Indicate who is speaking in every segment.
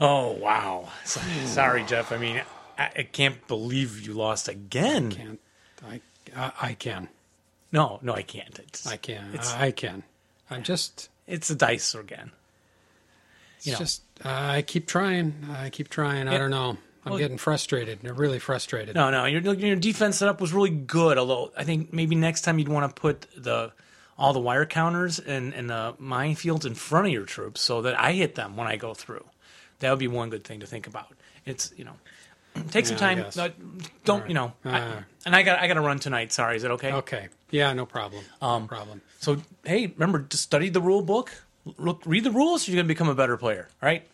Speaker 1: Oh wow! So- Sorry, Jeff. I mean, I, I can't believe you lost again.
Speaker 2: Can't I? I, I can.
Speaker 1: No, no, I can't. It's,
Speaker 2: I can.
Speaker 1: It's-
Speaker 2: I can. I'm just.
Speaker 1: it's the dice again.
Speaker 2: It's
Speaker 1: You know.
Speaker 2: just. I keep trying. I keep trying. I
Speaker 1: Yeah.
Speaker 2: don't know. I'm
Speaker 1: Well-
Speaker 2: getting frustrated. Really frustrated.
Speaker 1: No, no, your your defense setup was really good. Although I think maybe next time you'd want to put the all the wire counters and and the minefields in front of your troops so that I hit them when I go through. That would be one good thing to think about. It's you know, take some
Speaker 2: Yeah, I
Speaker 1: time.
Speaker 2: guess.
Speaker 1: No, don't you know? I-
Speaker 2: Uh.
Speaker 1: and I got I got to run tonight. Sorry, is that okay?
Speaker 2: Okay. Yeah. No problem.
Speaker 1: Um,
Speaker 2: no problem.
Speaker 1: So hey, remember to study the rule book. Look, read the rules. You're gonna become a better player. All right.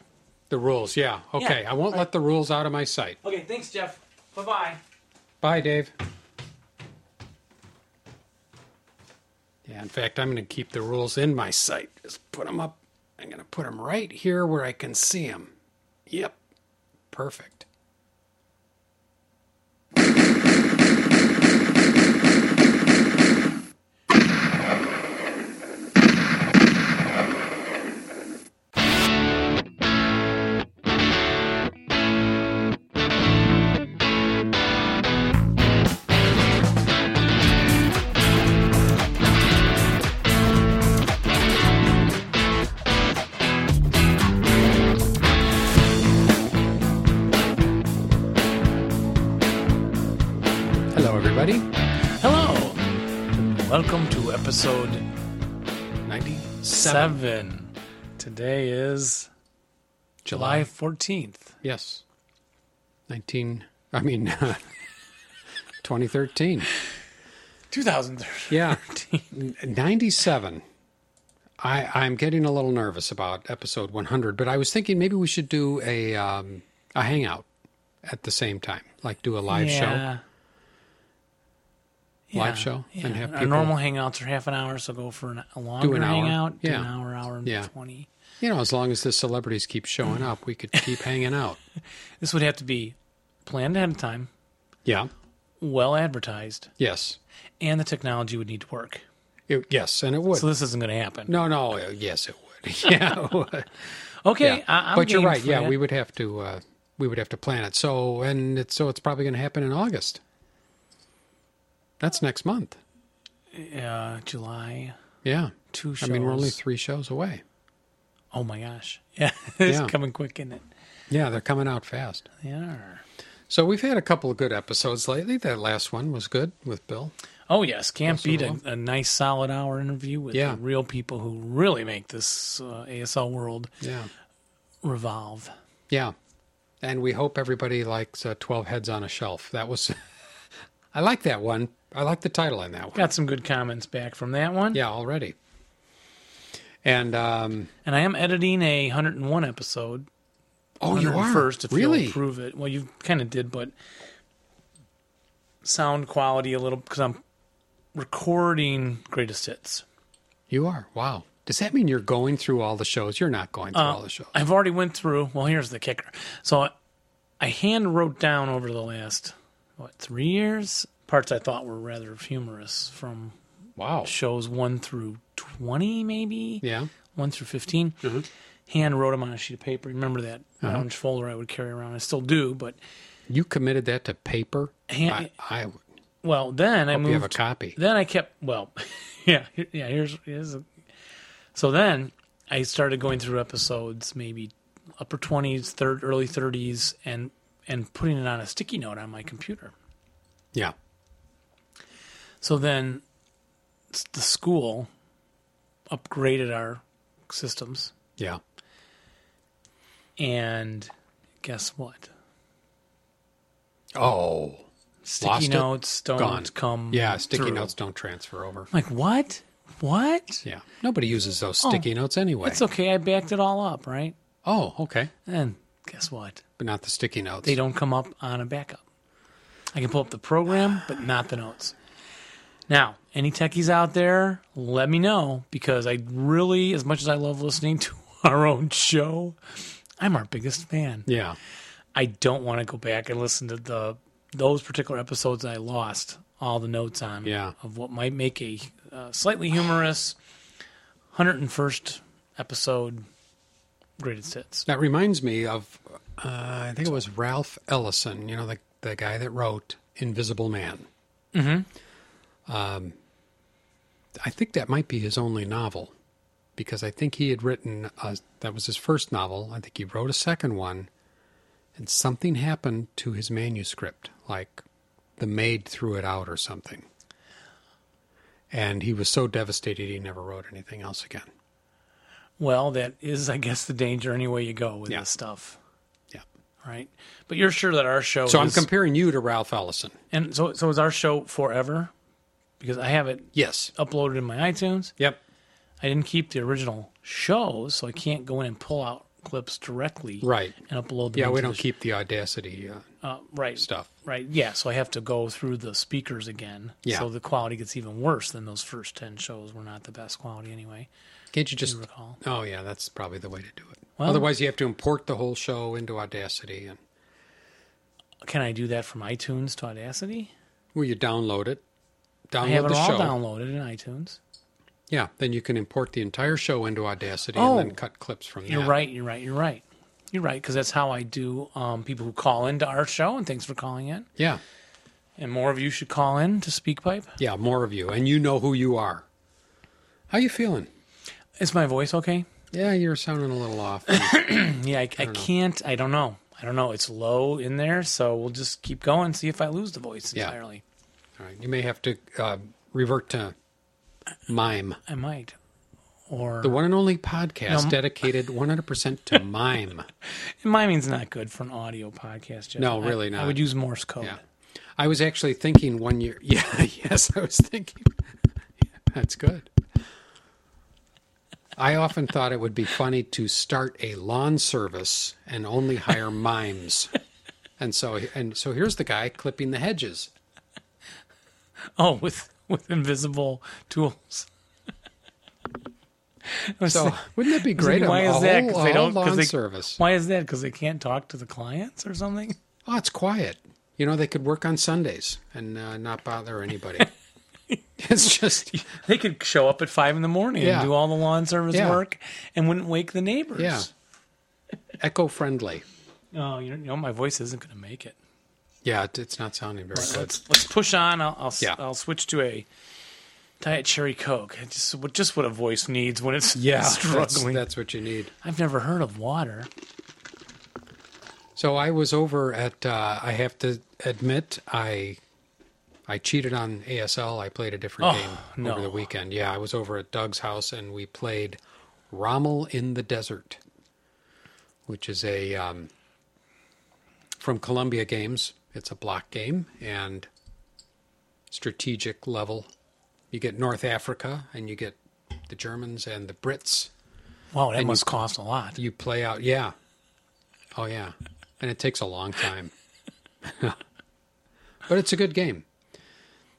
Speaker 2: The rules. Yeah. Okay. I won't let the rules out of my sight.
Speaker 1: Okay. Thanks, Jeff. Bye bye.
Speaker 2: Bye, Dave. Yeah, in fact, I'm going to keep the rules in my sight. Just put them up. I'm going to put them right here where I can see them. Yep. Perfect. Hello, everybody.
Speaker 1: Hello. Welcome to episode
Speaker 2: 97.
Speaker 1: seven. Today is July 14th.
Speaker 2: Yes. 19. I mean, 2013.
Speaker 1: 2013.
Speaker 2: Yeah. 97. I, I'm getting a little nervous about episode 100, but I was thinking maybe we should do a um, a hangout at the same time, like do a live show. Live show,
Speaker 1: Yeah.
Speaker 2: and have
Speaker 1: Our
Speaker 2: people-
Speaker 1: normal hangouts are half an hour, so go for an, a longer
Speaker 2: an hour.
Speaker 1: hangout. Do
Speaker 2: Yeah.
Speaker 1: an hour, hour and
Speaker 2: Yeah.
Speaker 1: 20.
Speaker 2: You know, as long as the celebrities keep showing up, we could keep hanging out.
Speaker 1: This would have to be planned ahead of time,
Speaker 2: Yeah.
Speaker 1: well advertised,
Speaker 2: Yes.
Speaker 1: and the technology would need to work.
Speaker 2: It, yes, and it would.
Speaker 1: So this isn't going to happen.
Speaker 2: no, no. uh, Yes, it would. Yeah, it would.
Speaker 1: Okay,
Speaker 2: Yeah.
Speaker 1: I, I'm
Speaker 2: but you're
Speaker 1: game
Speaker 2: right.
Speaker 1: for
Speaker 2: Yeah,
Speaker 1: that.
Speaker 2: we would have to. Uh, we would have to plan it. So and it's so it's probably going to happen in August. That's next month.
Speaker 1: uh, July
Speaker 2: Yeah.
Speaker 1: two shows.
Speaker 2: I mean, we're only three shows away.
Speaker 1: oh my gosh, yeah, it's
Speaker 2: Yeah.
Speaker 1: coming quick, isn't it?
Speaker 2: Yeah, they're coming out fast.
Speaker 1: Yeah.
Speaker 2: So we've had a couple of good episodes lately. That last one was good with Bill.
Speaker 1: Oh yes, can't beat a,
Speaker 2: Ruff.
Speaker 1: a nice solid hour interview with
Speaker 2: Yeah.
Speaker 1: the real people who really make this uh, ASL world
Speaker 2: Yeah.
Speaker 1: revolve.
Speaker 2: Yeah. And we hope everybody likes uh, 12 Heads on a Shelf. That was, I like that one. I like the title on that one.
Speaker 1: Got some good comments back from that one,
Speaker 2: Yeah, already. And, um,
Speaker 1: and I am editing a 101 episode.
Speaker 2: oh, you are?
Speaker 1: first if
Speaker 2: really?
Speaker 1: you'll prove it. Well, you kind of did, but sound quality a little because I'm recording greatest hits.
Speaker 2: You are. Wow. Does that mean you're going through all the shows? You're not going
Speaker 1: Uh,
Speaker 2: through all the shows.
Speaker 1: I've already went through. Well, here's the kicker. So I, I hand wrote down over the last what three years parts I thought were rather humorous from
Speaker 2: Wow.
Speaker 1: shows one through twenty, maybe
Speaker 2: Yeah. Mm-hmm.
Speaker 1: one through 15 Hand wrote them on a sheet of paper. Remember that
Speaker 2: Uh-huh.
Speaker 1: orange folder I would carry around. I still do, but
Speaker 2: You committed that to paper?
Speaker 1: Hand-
Speaker 2: I, I
Speaker 1: well, then I
Speaker 2: hope you have a
Speaker 1: moved.
Speaker 2: copy.
Speaker 1: then I kept well, yeah, here- yeah. Here's, here's a, so then I started going through episodes, maybe upper twenties, third, early thirties, and and putting it on a sticky note on my computer.
Speaker 2: Yeah.
Speaker 1: So then s- the school upgraded our systems,
Speaker 2: Yeah.
Speaker 1: and guess what?
Speaker 2: Oh.
Speaker 1: Sticky
Speaker 2: Lost it?
Speaker 1: notes don't
Speaker 2: Gone.
Speaker 1: come.
Speaker 2: Yeah, sticky
Speaker 1: through.
Speaker 2: notes don't transfer over.
Speaker 1: I'm like what? What?
Speaker 2: Yeah. Nobody uses those sticky notes anyway.
Speaker 1: Oh, It's okay. I backed it all up, right?
Speaker 2: oh, okay.
Speaker 1: And guess what?
Speaker 2: But not the sticky notes.
Speaker 1: they don't come up on a backup. I can pull up the program, but not the notes. Now, any techies out there, let me know because I really, as much as I love listening to our own show, I'm our biggest fan.
Speaker 2: Yeah.
Speaker 1: I don't want to go back and listen to the those particular episodes I lost all the notes on
Speaker 2: Yeah.
Speaker 1: of what might make a uh, slightly humorous 101st episode greatest hits.
Speaker 2: That reminds me of, uh, I think it was Ralph Ellison, you know, the, the guy that wrote Invisible Man. Mm-hmm. Um, I think that might be his only novel because I think he had written, a, that was his first novel. I think he wrote a second one and something happened to his manuscript, like the maid threw it out or something. And he was so devastated he never wrote anything else again.
Speaker 1: Well, that is, I guess, the danger anyway you go with
Speaker 2: Yeah.
Speaker 1: this stuff,
Speaker 2: Yeah.
Speaker 1: right? But you're sure that our show
Speaker 2: So I'm
Speaker 1: is,
Speaker 2: comparing you to Ralph Ellison.
Speaker 1: and so so is our show forever because I have it
Speaker 2: Yes.
Speaker 1: uploaded in my iTunes.
Speaker 2: Yep.
Speaker 1: I didn't keep the original shows, so I can't go in and pull out clips directly
Speaker 2: Right.
Speaker 1: and upload them.
Speaker 2: Yeah, we
Speaker 1: into
Speaker 2: don't
Speaker 1: the-
Speaker 2: keep the audacity uh,
Speaker 1: uh, right
Speaker 2: stuff.
Speaker 1: Right. Yeah. So I have to go through the speakers again.
Speaker 2: Yeah.
Speaker 1: So the quality gets even worse than those first 10 shows were not the best quality anyway.
Speaker 2: Can't you just?
Speaker 1: I recall.
Speaker 2: Oh yeah, that's probably the way to do it.
Speaker 1: Well-
Speaker 2: Otherwise, you have to import the whole show into Audacity, and
Speaker 1: Can I do that from iTunes to Audacity?
Speaker 2: well, you download it, download
Speaker 1: I have it
Speaker 2: the
Speaker 1: all
Speaker 2: show.
Speaker 1: downloaded in iTunes.
Speaker 2: Yeah, then you can import the entire show into Audacity
Speaker 1: Oh.
Speaker 2: and then cut clips from
Speaker 1: You're
Speaker 2: that.
Speaker 1: right. You're right. You're right. You're right. Because that's how I do um, people who call into our show. And thanks for calling in.
Speaker 2: Yeah,
Speaker 1: And more of you should call in to SpeakPipe.
Speaker 2: yeah, more of you, and you know who you are. How you feeling?
Speaker 1: Is my voice okay?
Speaker 2: Yeah, you're sounding a little off.
Speaker 1: Yeah, I, I, can't. I don't know. I don't know. It's low in there, so we'll just keep going. See if I lose the voice
Speaker 2: Yeah.
Speaker 1: entirely.
Speaker 2: All right, you may have to uh, revert to mime.
Speaker 1: I might. Or
Speaker 2: The one and only podcast
Speaker 1: No.
Speaker 2: dedicated 100% to mime.
Speaker 1: miming's not good for an audio podcast. Jeff.
Speaker 2: No,
Speaker 1: I-
Speaker 2: really
Speaker 1: I
Speaker 2: not.
Speaker 1: would use Morse code.
Speaker 2: Yeah. I was actually thinking one year. Yeah, yes, I was thinking. that's good. I often thought it would be funny to start a lawn service and only hire mimes. And so and so here's the guy clipping the hedges.
Speaker 1: Oh, with with invisible tools. I was
Speaker 2: So
Speaker 1: thinking,
Speaker 2: wouldn't that be great?
Speaker 1: why is
Speaker 2: a, a
Speaker 1: that?
Speaker 2: whole,
Speaker 1: 'Cause
Speaker 2: a
Speaker 1: they
Speaker 2: whole
Speaker 1: don't- 'cause
Speaker 2: lawn
Speaker 1: they-
Speaker 2: service.
Speaker 1: why is that? Because they can't talk to the clients or something.
Speaker 2: Oh, it's quiet. You know, they could work on Sundays and uh, not bother anybody. it's just
Speaker 1: They could show up at five in the morning
Speaker 2: Yeah.
Speaker 1: and do all the lawn service
Speaker 2: Yeah.
Speaker 1: work and wouldn't wake the neighbors.
Speaker 2: yeah, eco friendly.
Speaker 1: Oh, you know, you know my voice isn't going to make it.
Speaker 2: Yeah, it, it's not sounding very good.
Speaker 1: Let's let's push on. I'll I'll, s
Speaker 2: Yeah.
Speaker 1: will switch to a diet cherry coke. It's Just what just what a voice needs when it's
Speaker 2: Yeah,
Speaker 1: struggling.
Speaker 2: That's, that's what you need.
Speaker 1: I've never heard of water.
Speaker 2: So I was over at. Uh, I have to admit, I I cheated on ASL. I played a different
Speaker 1: Oh,
Speaker 2: game
Speaker 1: no.
Speaker 2: over the weekend. Yeah, I was over at Doug's house and we played Rommel in the Desert, which is a um, from Columbia Games. It's a block game and strategic level. You get North Africa and you get the Germans and the Brits.
Speaker 1: Wow, that must cost a lot.
Speaker 2: You play out, yeah. Oh yeah, and it takes a long time, but it's a good game.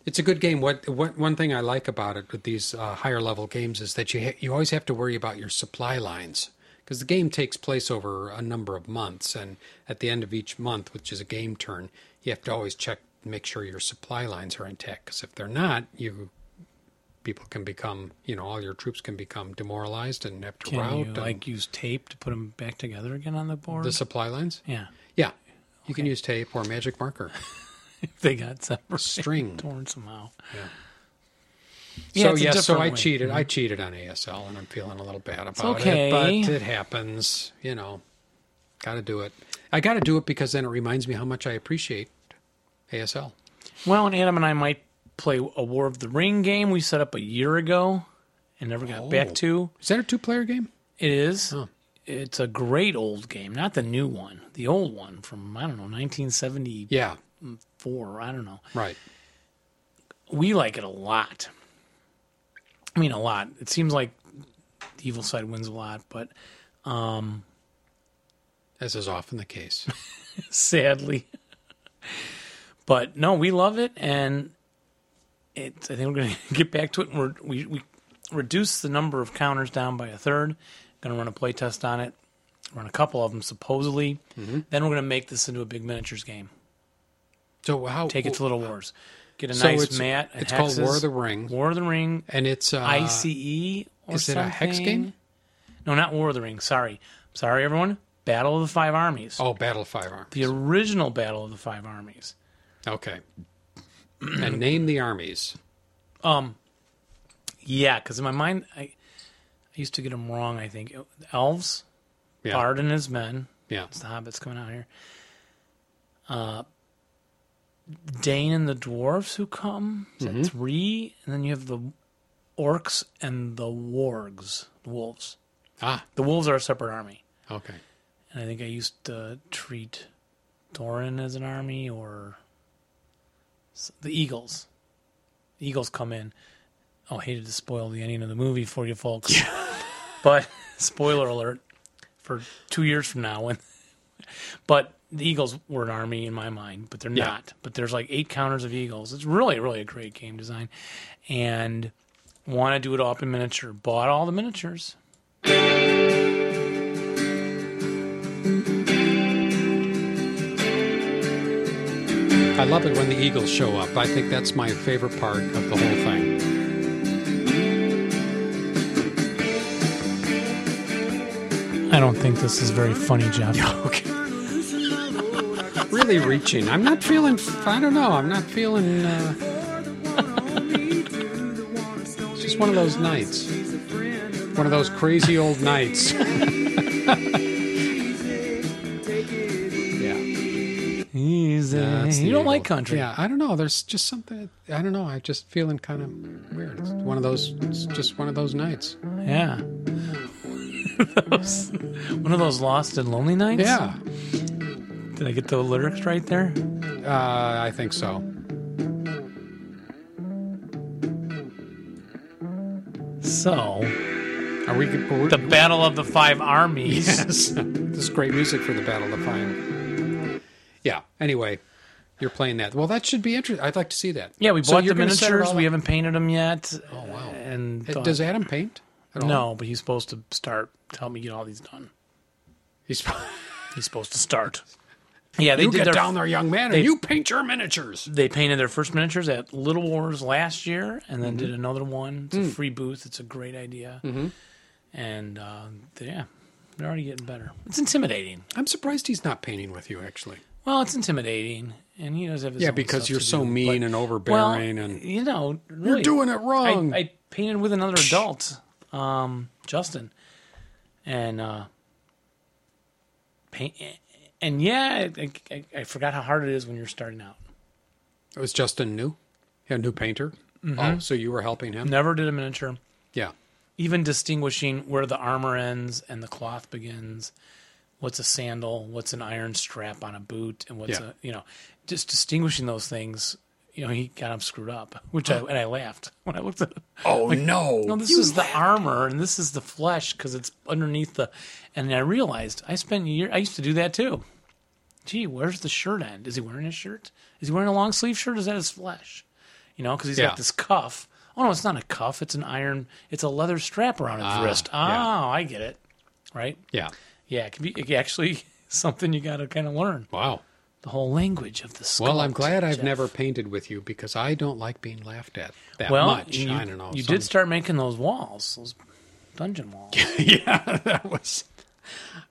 Speaker 2: It's a good game. What, what one thing I like about it with these uh, higher level games is that you ha- you always have to worry about your supply lines because the game takes place over a number of months, and at the end of each month, which is a game turn, you have to always check make sure your supply lines are intact because if they're not, you people can become you know all your troops can become demoralized and have to
Speaker 1: Can
Speaker 2: route
Speaker 1: you
Speaker 2: and-
Speaker 1: like use tape to put them back together again on the board?
Speaker 2: the supply lines?
Speaker 1: yeah,
Speaker 2: Yeah. You can use tape or magic marker,
Speaker 1: they got some
Speaker 2: string.
Speaker 1: torn somehow.
Speaker 2: Yeah.
Speaker 1: Yeah,
Speaker 2: so
Speaker 1: it's a
Speaker 2: yes, so
Speaker 1: different
Speaker 2: I
Speaker 1: way. Mm-hmm.
Speaker 2: cheated. I cheated on ASL, and I'm feeling a little bad about
Speaker 1: okay.
Speaker 2: it. But it happens, you know. Got to do it. I got to do it because then it reminds me how much I appreciate ASL.
Speaker 1: Well, and Adam and I might play a War of the Ring game we set up a year ago and never got
Speaker 2: Oh.
Speaker 1: back to.
Speaker 2: Is that a two-player game?
Speaker 1: It is.
Speaker 2: Oh.
Speaker 1: It's a great old game, not the new one, the old one from I don't know 1974.
Speaker 2: Yeah,
Speaker 1: I don't know.
Speaker 2: right.
Speaker 1: we like it a lot. I mean, a lot. It seems like the evil side wins a lot, but
Speaker 2: As is often the case.
Speaker 1: sadly. but no, we love it, and it's. I think we're going to get back to it. And we're, we we reduced the number of counters down by a third. Going to run a play test on it. Run a couple of them supposedly.
Speaker 2: Mm-hmm.
Speaker 1: Then we're going to make this into a big miniatures game.
Speaker 2: So how
Speaker 1: Take it to Little Wars. Get a
Speaker 2: uh, So
Speaker 1: nice
Speaker 2: it's-
Speaker 1: mat. and
Speaker 2: it's called War
Speaker 1: hexes.
Speaker 2: of the Ring.
Speaker 1: War of the Ring.
Speaker 2: and it's uh,
Speaker 1: ICE or
Speaker 2: is it a hex
Speaker 1: something.
Speaker 2: game?
Speaker 1: No, not War of the Rings. Sorry, Sorry, everyone. Battle of the Five Armies.
Speaker 2: Oh, Battle of Five Armies.
Speaker 1: The original Battle of the Five Armies.
Speaker 2: Okay. and name the armies.
Speaker 1: Yeah, because in my mind, I, I used to get them wrong. I think elves,
Speaker 2: Yeah.
Speaker 1: Bard and his men.
Speaker 2: Yeah.
Speaker 1: It's the hobbits coming out here. Uh, Dane and the dwarves who come. Is that three? And then you have the orcs and the wargs, the wolves.
Speaker 2: Ah,
Speaker 1: The wolves are a separate army.
Speaker 2: okay.
Speaker 1: And I think I used to treat Thorin as an army or s- the Eagles. The Eagles come in. Oh, hated to spoil the ending of the movie for you folks. but spoiler alert for two years from now. When, but the Eagles were an army in my mind, but they're
Speaker 2: Yeah.
Speaker 1: not. But there's like eight counters of Eagles. It's really, really a great game design. And want to do it all up in miniature. Bought all the miniatures.
Speaker 2: I love it when the Eagles show up. I think that's my favorite part of the whole thing.
Speaker 1: I don't think this is very funny, Jeff.
Speaker 2: Okay. really reaching. I'm not feeling, I don't know, I'm not feeling, uh, it's just one of those nights. One of those crazy old nights. yeah.
Speaker 1: Easy.
Speaker 2: That's the
Speaker 1: you don't
Speaker 2: Eagle.
Speaker 1: like country.
Speaker 2: Yeah, I don't know. There's just something. I don't know. I'm just feeling kind of weird. It's one of those. It's just one of those nights.
Speaker 1: Yeah. Those- One of those lost and lonely nights.
Speaker 2: Yeah,
Speaker 1: Did I get the lyrics right there?
Speaker 2: uh, I think so.
Speaker 1: So
Speaker 2: Are we? We're,
Speaker 1: the Battle of the Five Armies.
Speaker 2: yes. this is great music for the Battle of the Fire. Yeah. Anyway, you're playing that. Well, that should be interesting. I'd like to see that.
Speaker 1: Yeah, we bought
Speaker 2: So
Speaker 1: the
Speaker 2: you're gonna set it
Speaker 1: miniatures.
Speaker 2: all
Speaker 1: We
Speaker 2: up.
Speaker 1: haven't painted them yet.
Speaker 2: Oh wow.
Speaker 1: And
Speaker 2: It-
Speaker 1: uh,
Speaker 2: Does Adam paint? At all?
Speaker 1: no, but he's supposed to start. To help me get all these done.
Speaker 2: He's.
Speaker 1: He's supposed to start. Yeah, they
Speaker 2: you
Speaker 1: did
Speaker 2: get
Speaker 1: their
Speaker 2: down there, young man, and you paint your miniatures.
Speaker 1: they painted their first miniatures at Little Wars last year, and then
Speaker 2: Mm-hmm.
Speaker 1: did another one. It's a
Speaker 2: Mm.
Speaker 1: free booth. It's a great idea, and uh, they- yeah, they're already getting better. It's intimidating.
Speaker 2: I'm surprised he's not painting with you, actually.
Speaker 1: Well, it's intimidating, and he does have his
Speaker 2: Yeah,
Speaker 1: own
Speaker 2: because
Speaker 1: stuff
Speaker 2: you're
Speaker 1: to
Speaker 2: so
Speaker 1: do,
Speaker 2: mean
Speaker 1: but-
Speaker 2: and
Speaker 1: well,
Speaker 2: overbearing, and
Speaker 1: you know, really,
Speaker 2: you're doing it
Speaker 1: I,
Speaker 2: wrong.
Speaker 1: I painted with another adult, um, Justin, and uh, paint, and yeah, I, I, I forgot how hard it is when you're starting out.
Speaker 2: It was Justin New, a new painter.
Speaker 1: Mm-hmm.
Speaker 2: Oh, so you were helping him?
Speaker 1: Never did a miniature.
Speaker 2: Yeah,
Speaker 1: even distinguishing where the armor ends and the cloth begins what's a sandal what's an iron strap on a boot and what's
Speaker 2: Yeah.
Speaker 1: a you know just distinguishing those things you know he got them screwed up which i and i laughed when i looked at it
Speaker 2: Oh no!
Speaker 1: no this is the armor and this is the flesh because it's underneath the and i realized i spent year i used to do that too gee where's the shirt end is he wearing his shirt is he wearing a long sleeve shirt is that his flesh you know because he's
Speaker 2: Yeah.
Speaker 1: got this cuff oh no it's not a cuff it's an iron it's a leather strap around his wrist oh
Speaker 2: Ah, yeah.
Speaker 1: i get it right
Speaker 2: yeah.
Speaker 1: yeah it can be it can actually something you got to kind of learn
Speaker 2: Wow.
Speaker 1: the whole language of the sculpt,
Speaker 2: Well, I'm glad I've
Speaker 1: Jeff.
Speaker 2: never painted with you because I don't like being laughed at that
Speaker 1: well
Speaker 2: much.
Speaker 1: you,
Speaker 2: I don't know.
Speaker 1: you
Speaker 2: some-
Speaker 1: did start making those walls those dungeon walls
Speaker 2: yeah, that was.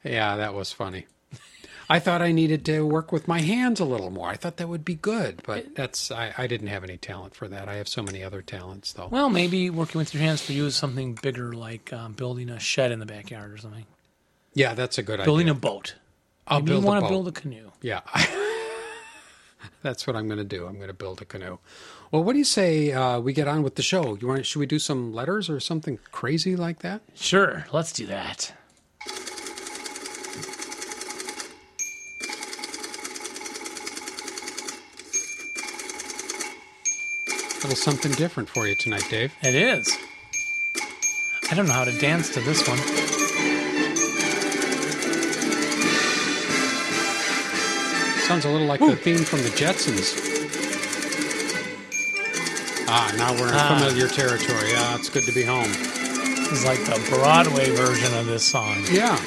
Speaker 2: Yeah, that was funny. I thought I needed to work with my hands a little more. I thought that would be good, but that's I, I didn't have any talent for that. I have so many other talents, though.
Speaker 1: Well, maybe working with your hands for you is something bigger, like um, building a shed in the backyard or something.
Speaker 2: yeah, that's a good
Speaker 1: Building
Speaker 2: idea.
Speaker 1: a boat.
Speaker 2: I'll
Speaker 1: Maybe
Speaker 2: build
Speaker 1: you
Speaker 2: a
Speaker 1: want
Speaker 2: boat.
Speaker 1: to build a canoe.
Speaker 2: Yeah. That's what I'm going to do. I'm going to build a canoe. Well, what do you say uh, we get on with the show? You want? Should we do some letters or something crazy like that?
Speaker 1: Sure, let's do that.
Speaker 2: A little something different for you tonight, Dave.
Speaker 1: It is. I don't know how to dance to this one.
Speaker 2: Sounds a little like the theme from the Jetsons. Ah, now we're in
Speaker 1: Ah.
Speaker 2: familiar territory. Ah, it's good to be home.
Speaker 1: It's like the Broadway version of this song.
Speaker 2: Yeah.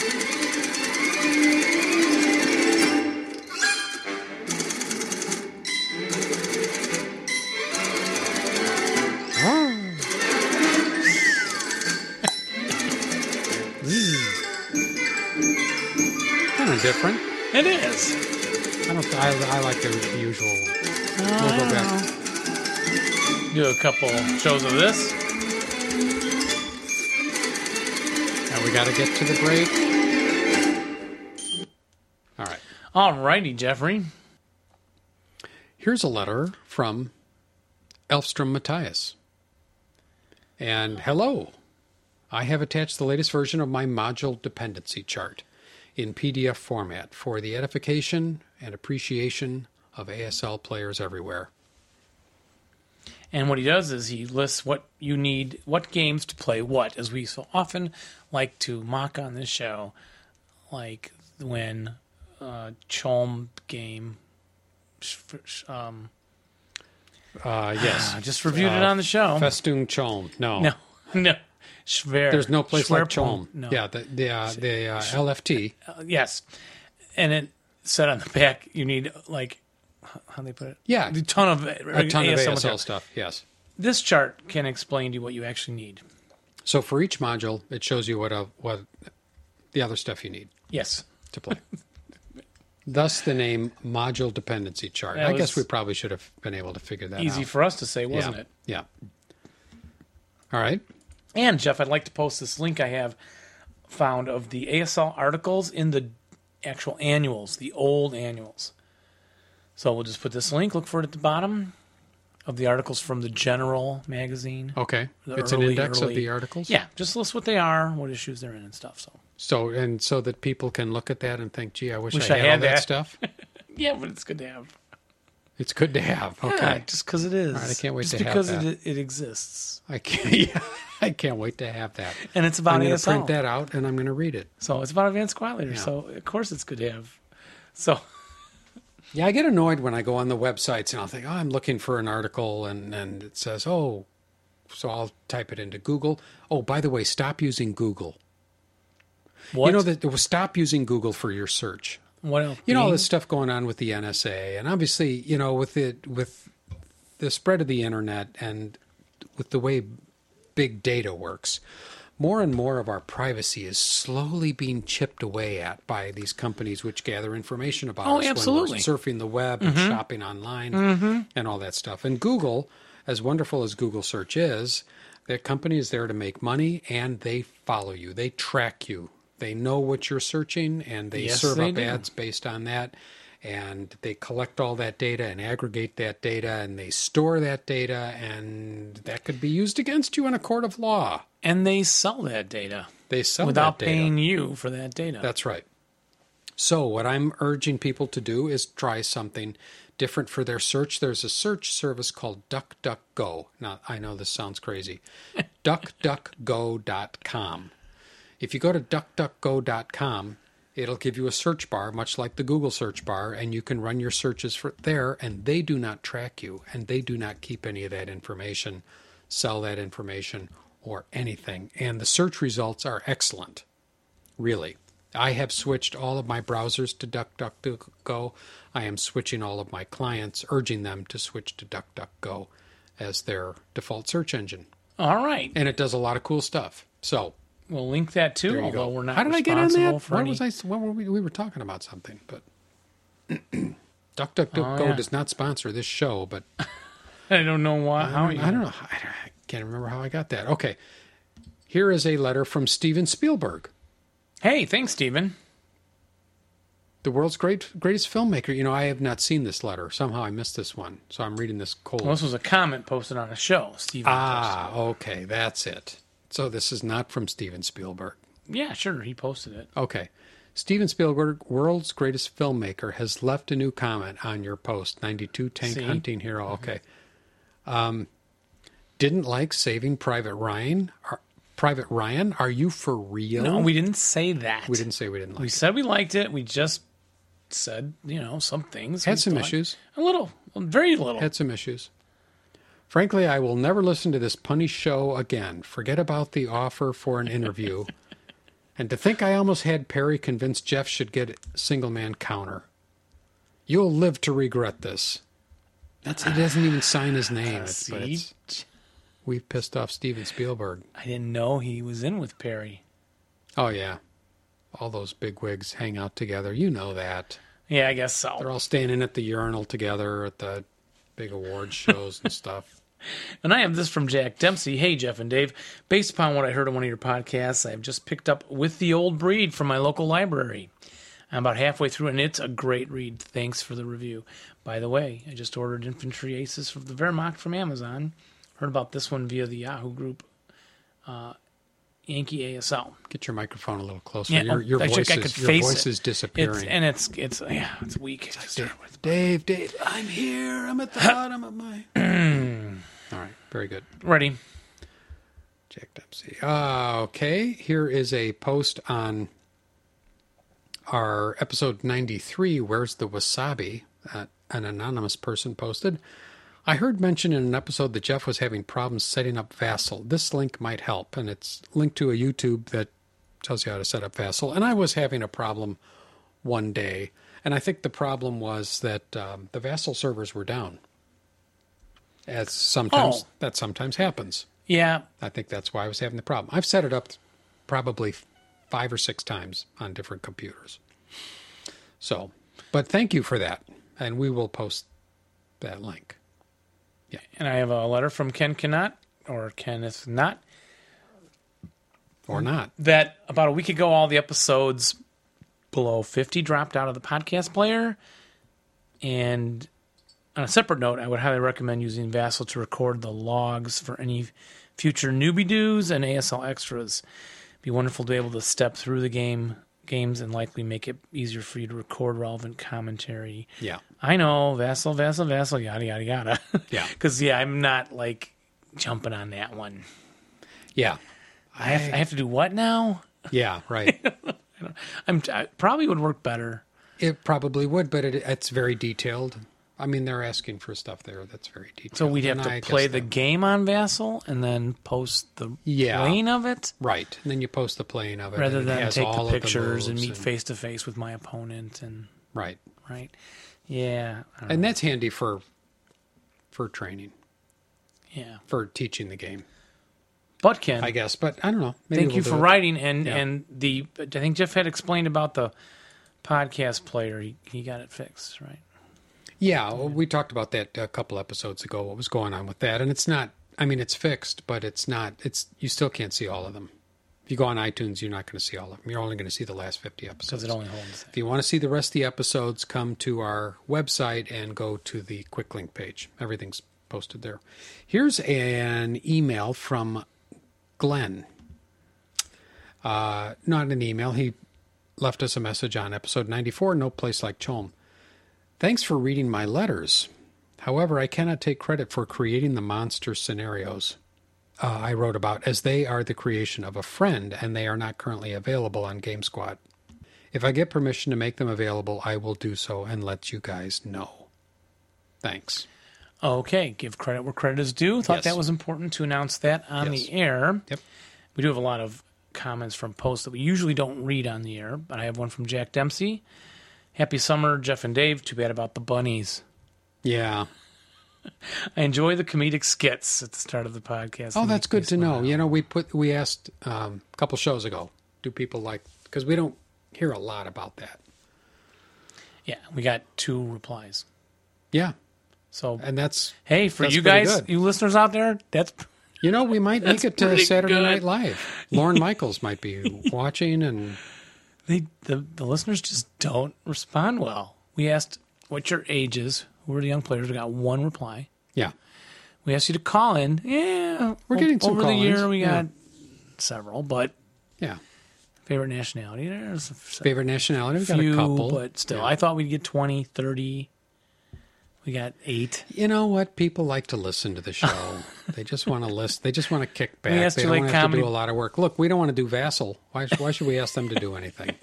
Speaker 2: and Ah. different.
Speaker 1: It is.
Speaker 2: I don't. I, I like the, the usual. We'll go back.
Speaker 1: Do a couple shows of this.
Speaker 2: Now we got to get to the break. All right.
Speaker 1: Alrighty, Jeffrey.
Speaker 2: Here's a letter from Elfstrom Matthias. And hello. I have attached the latest version of my module dependency chart in PDF format for the edification and appreciation of ASL players everywhere.
Speaker 1: And what he does is he lists what you need, what games to play, what, as we so often like to mock on this show, like when uh, Cholm game. sh- sh- Um,
Speaker 2: Uh, yes.
Speaker 1: I Ah, just reviewed
Speaker 2: uh,
Speaker 1: it on the show.
Speaker 2: Festung Cholm. No.
Speaker 1: no, no, Schwer.
Speaker 2: There's no place like
Speaker 1: Schwerpunkt,
Speaker 2: Cholm.
Speaker 1: No.
Speaker 2: Yeah, the, the, uh, the uh, LFT.
Speaker 1: Uh, yes, and it said on the back you need like h- how they put it.
Speaker 2: Yeah.
Speaker 1: a ton of
Speaker 2: A ton of ASL
Speaker 1: material.
Speaker 2: stuff. Yes.
Speaker 1: This chart can explain to you what you actually need.
Speaker 2: So for each module, it shows you what a, what the other stuff you need.
Speaker 1: Yes,
Speaker 2: to play. Thus, the name module dependency chart.
Speaker 1: That
Speaker 2: I guess
Speaker 1: was
Speaker 2: we probably should have been able to figure that
Speaker 1: easy
Speaker 2: out.
Speaker 1: for us to say,
Speaker 2: yeah.
Speaker 1: wasn't it?
Speaker 2: Yeah. All right.
Speaker 1: And Jeff, I'd like to post this link I have found of the ASL articles in the actual annuals, the old annuals. So we'll just put this link. Look for it at the bottom of the articles from the General magazine.
Speaker 2: Okay.
Speaker 1: The
Speaker 2: Oh, it's an
Speaker 1: early,
Speaker 2: index
Speaker 1: early-
Speaker 2: of the articles.
Speaker 1: Yeah, just list what they are, what issues they're in, and stuff. So
Speaker 2: So and so that people can look at that and think, "Gee, I wish,
Speaker 1: Wish
Speaker 2: I,
Speaker 1: I
Speaker 2: had,
Speaker 1: had
Speaker 2: all that,
Speaker 1: that.
Speaker 2: stuff."
Speaker 1: yeah, but it's good to have.
Speaker 2: It's good to have. Okay.
Speaker 1: Yeah, just because it is.
Speaker 2: right, I can't wait
Speaker 1: just
Speaker 2: to have
Speaker 1: because
Speaker 2: that.
Speaker 1: It, it exists,
Speaker 2: I can't. Yeah, I can't wait to have that.
Speaker 1: and it's
Speaker 2: I'm
Speaker 1: about
Speaker 2: going to print
Speaker 1: ASL.
Speaker 2: that out and I'm going to read it.
Speaker 1: So it's about advanced squad leader.
Speaker 2: Yeah.
Speaker 1: So of course it's good to have. So
Speaker 2: Yeah, I get annoyed when I go on the websites and I'll think, oh, I'm looking for an article, and, and it says, oh, so I'll type it into Google. Oh, by the way, stop using Google.
Speaker 1: what?
Speaker 2: You know that well, stop using Google for your search.
Speaker 1: what else?
Speaker 2: You know all this stuff going on with the NSA, and obviously, you know with it with the spread of the internet and with the way big data works, more and more of our privacy is slowly being chipped away at by these companies which gather information about
Speaker 1: Oh,
Speaker 2: us
Speaker 1: absolutely. Mm-hmm.
Speaker 2: when we're surfing the web and shopping online and all that stuff. And Google, as wonderful as Google search is, that company is there to make money and they follow you. They track you. They know what you're searching and they
Speaker 1: Yes,
Speaker 2: serve
Speaker 1: they
Speaker 2: up
Speaker 1: do.
Speaker 2: ads based on that. And they collect all that data and aggregate that data and they store that data and that could be used against you in a court of law.
Speaker 1: and they sell that data
Speaker 2: They sell
Speaker 1: without
Speaker 2: that data.
Speaker 1: paying you for that data.
Speaker 2: That's right. So, what I'm urging people to do is try something different for their search. There's a search service called DuckDuckGo. Now, I know this sounds crazy. DuckDuckGo.com. If you go to DuckDuckGo.com, it'll give you a search bar, much like the Google search bar, and you can run your searches for there, and they do not track you, and they do not keep any of that information, sell that information, or anything. And the search results are excellent really. I have switched all of my browsers to DuckDuckGo. I am switching all of my clients, urging them to switch to DuckDuckGo as their default search engine.
Speaker 1: All right,
Speaker 2: And it does a lot of cool stuff. So,
Speaker 1: we'll link that too.
Speaker 2: there you
Speaker 1: Although
Speaker 2: go.
Speaker 1: we're not
Speaker 2: How did I get on
Speaker 1: responsible
Speaker 2: that?
Speaker 1: for
Speaker 2: Where
Speaker 1: any.
Speaker 2: was I? What were we? We were talking about something, but DuckDuckGo
Speaker 1: Oh, yeah.
Speaker 2: does not sponsor this show. But
Speaker 1: I don't know why. How you?
Speaker 2: I don't know. how- I, don't- I can't remember how I got that. Okay, here is a letter from Steven Spielberg.
Speaker 1: Hey, thanks, Steven.
Speaker 2: the world's great greatest filmmaker. You know, I have not seen this letter. Somehow I missed this one, so I'm reading this cold.
Speaker 1: Well, this was a comment posted on a show. Steven.
Speaker 2: ah, okay, that's it. So this is not from Steven Spielberg.
Speaker 1: posted. Yeah, sure. He posted it.
Speaker 2: Okay. Steven Spielberg, world's greatest filmmaker, has left a new comment on your post 92 Tank
Speaker 1: See? Mm-hmm.
Speaker 2: Hunting Hero. Okay. Um, didn't like Saving Private Ryan. Are, Private Ryan, are you for real?
Speaker 1: No, we didn't say that.
Speaker 2: Oh. we didn't say we didn't like.
Speaker 1: We said we liked it. We just said you know some things. we
Speaker 2: Had some
Speaker 1: thought-
Speaker 2: issues.
Speaker 1: A little, very little.
Speaker 2: had some issues. Frankly, I will never listen to this punny show again. Forget about the offer for an interview. and to think I almost had Perry convinced Jeff should get single man counter. You'll live to regret this. That's it doesn't even sign his name. It's, but
Speaker 1: See,
Speaker 2: it's, we've pissed off Steven Spielberg.
Speaker 1: I didn't know he was in with Perry.
Speaker 2: Oh yeah. all those bigwigs hang out together. You know that.
Speaker 1: Yeah, I guess so.
Speaker 2: They're all standing at the urinal together at the big award shows and stuff.
Speaker 1: And I have this from Jack Dempsey. Hey, Jeff and Dave. Based upon what I heard on one of your podcasts, I have just picked up With the Old Breed from my local library. I'm about halfway through, and it's a great read. Thanks for the review. By the way, I just ordered Infantry Aces from the Wehrmacht from Amazon. Heard about this one via the Yahoo group, uh, Yankee ASL.
Speaker 2: Get your microphone a little closer.
Speaker 1: Yeah, oh,
Speaker 2: your your
Speaker 1: I
Speaker 2: voice,
Speaker 1: think I
Speaker 2: is,
Speaker 1: could
Speaker 2: your
Speaker 1: face
Speaker 2: voice
Speaker 1: it.
Speaker 2: is disappearing.
Speaker 1: It's, and it's it's yeah, it's weak. to start with.
Speaker 2: Dave, Dave, I'm here. I'm at the bottom of my. all right, very good.
Speaker 1: Ready?
Speaker 2: Jack Dempsey. Uh, okay, here is a post on our episode 93, Where's the Wasabi? that an anonymous person posted. I heard mention in an episode that Jeff was having problems setting up Vassal. This link might help, and it's linked to a YouTube that tells you how to set up Vassal. And I was having a problem one day, and I think the problem was that um, the Vassal servers were down. As sometimes
Speaker 1: Oh.
Speaker 2: that sometimes happens.
Speaker 1: Yeah,
Speaker 2: I think that's why I was having the problem. I've set it up probably f- five or six times on different computers. So, but thank you for that. And we will post that link.
Speaker 1: and I have a letter from Ken Cannot or Kenneth Not
Speaker 2: Or
Speaker 1: Mm-hmm.
Speaker 2: not.
Speaker 1: that about a week ago, all the episodes below 50 dropped out of the podcast player. And on a separate note, I would highly recommend using Vassal to record the logs for any future newbie dues and ASL extras. It'd be wonderful to be able to step through the game games and likely make it easier for you to record relevant commentary.
Speaker 2: Yeah.
Speaker 1: I know, Vassal, Vassal, Vassal, yada yada yada.
Speaker 2: Yeah.
Speaker 1: Because yeah, I'm not like jumping on that one.
Speaker 2: Yeah.
Speaker 1: I have, I have to do what now?
Speaker 2: Yeah. Right.
Speaker 1: I'm I probably would work better.
Speaker 2: it probably would, but it, it's very detailed. I mean, they're asking for stuff there that's very detailed.
Speaker 1: So we'd have
Speaker 2: And
Speaker 1: to
Speaker 2: I guess
Speaker 1: play the
Speaker 2: that-
Speaker 1: game on Vassal and then post the
Speaker 2: Yeah.
Speaker 1: plane of it
Speaker 2: right, and then you post the playing of it,
Speaker 1: rather
Speaker 2: and it
Speaker 1: than
Speaker 2: has
Speaker 1: take
Speaker 2: all
Speaker 1: the
Speaker 2: of
Speaker 1: pictures and
Speaker 2: moves
Speaker 1: meet face to face with my opponent and
Speaker 2: Right,
Speaker 1: right. Yeah. I don't
Speaker 2: and that's handy for for training,
Speaker 1: know. yeah.
Speaker 2: for teaching the game.
Speaker 1: But Ken,
Speaker 2: I guess, but I don't know. Maybe
Speaker 1: thank
Speaker 2: we'll
Speaker 1: you
Speaker 2: do
Speaker 1: for
Speaker 2: it.
Speaker 1: writing and
Speaker 2: Yeah.
Speaker 1: and the I think Jeff had explained about the podcast player. He, he got it fixed, right?
Speaker 2: Yeah, well, we talked about that a couple episodes ago. What was going on with that? And it's not. I mean, it's fixed, but it's not. It's you still can't see all of them. If you go on iTunes, you're not going to see all of them. You're only going to see the last fifty
Speaker 1: Because
Speaker 2: episodes.
Speaker 1: it only holds.
Speaker 2: If you want to see the rest of the episodes, come to our website and go to the quick link page. Everything's posted there. Here's an email from Glenn. Uh, not an email. He left us a message on episode 94 No Place Like Chom. Thanks for reading my letters. However, I cannot take credit for creating the monster scenarios uh, I wrote about, as they are the creation of a friend and they are not currently available on Game Squad. If I get permission to make them available, I will do so and let you guys know. Thanks.
Speaker 1: Okay, give credit where credit is due. Thought
Speaker 2: Yes.
Speaker 1: that was important to announce that on
Speaker 2: Yes.
Speaker 1: the air.
Speaker 2: Yep.
Speaker 1: We do have a lot of comments from posts that we usually don't read on the air, but I have one from Jack Dempsey. Happy summer, Jeff and Dave. Too bad about the bunnies.
Speaker 2: Yeah.
Speaker 1: I enjoy the comedic skits at the start of the podcast.
Speaker 2: Oh,
Speaker 1: They
Speaker 2: that's
Speaker 1: make me
Speaker 2: good to know. You know, we put we asked um, a couple shows ago, do people like because we don't hear a lot about that.
Speaker 1: smile. Yeah, we got two replies.
Speaker 2: Yeah,
Speaker 1: So
Speaker 2: and that's
Speaker 1: hey, for
Speaker 2: that's
Speaker 1: you
Speaker 2: pretty
Speaker 1: guys,
Speaker 2: good.
Speaker 1: you listeners out there, that's
Speaker 2: you know we might make it to
Speaker 1: pretty
Speaker 2: Saturday
Speaker 1: good.
Speaker 2: Night Live. Lauren Michaels might be watching, and
Speaker 1: they the, the listeners just don't respond well. We asked what your age is. Who are the young players? We got one reply.
Speaker 2: yeah,
Speaker 1: We asked you to call in. Yeah,
Speaker 2: We're getting some
Speaker 1: over the
Speaker 2: call-ins,
Speaker 1: year. We
Speaker 2: yeah.
Speaker 1: got several, but
Speaker 2: yeah.
Speaker 1: favorite nationality. There's a
Speaker 2: Favorite nationality? We've got
Speaker 1: few,
Speaker 2: a couple,
Speaker 1: but still,
Speaker 2: Yeah.
Speaker 1: I thought we'd get 20, 30. We got eight.
Speaker 2: You know what? People like to listen to the show. they just want to listen. They just want to kick back.
Speaker 1: asked
Speaker 2: They
Speaker 1: you,
Speaker 2: don't
Speaker 1: like,
Speaker 2: want to
Speaker 1: comedy-
Speaker 2: do a lot of work. Look, we don't want to do Vassal. Why, why should we ask them to do anything?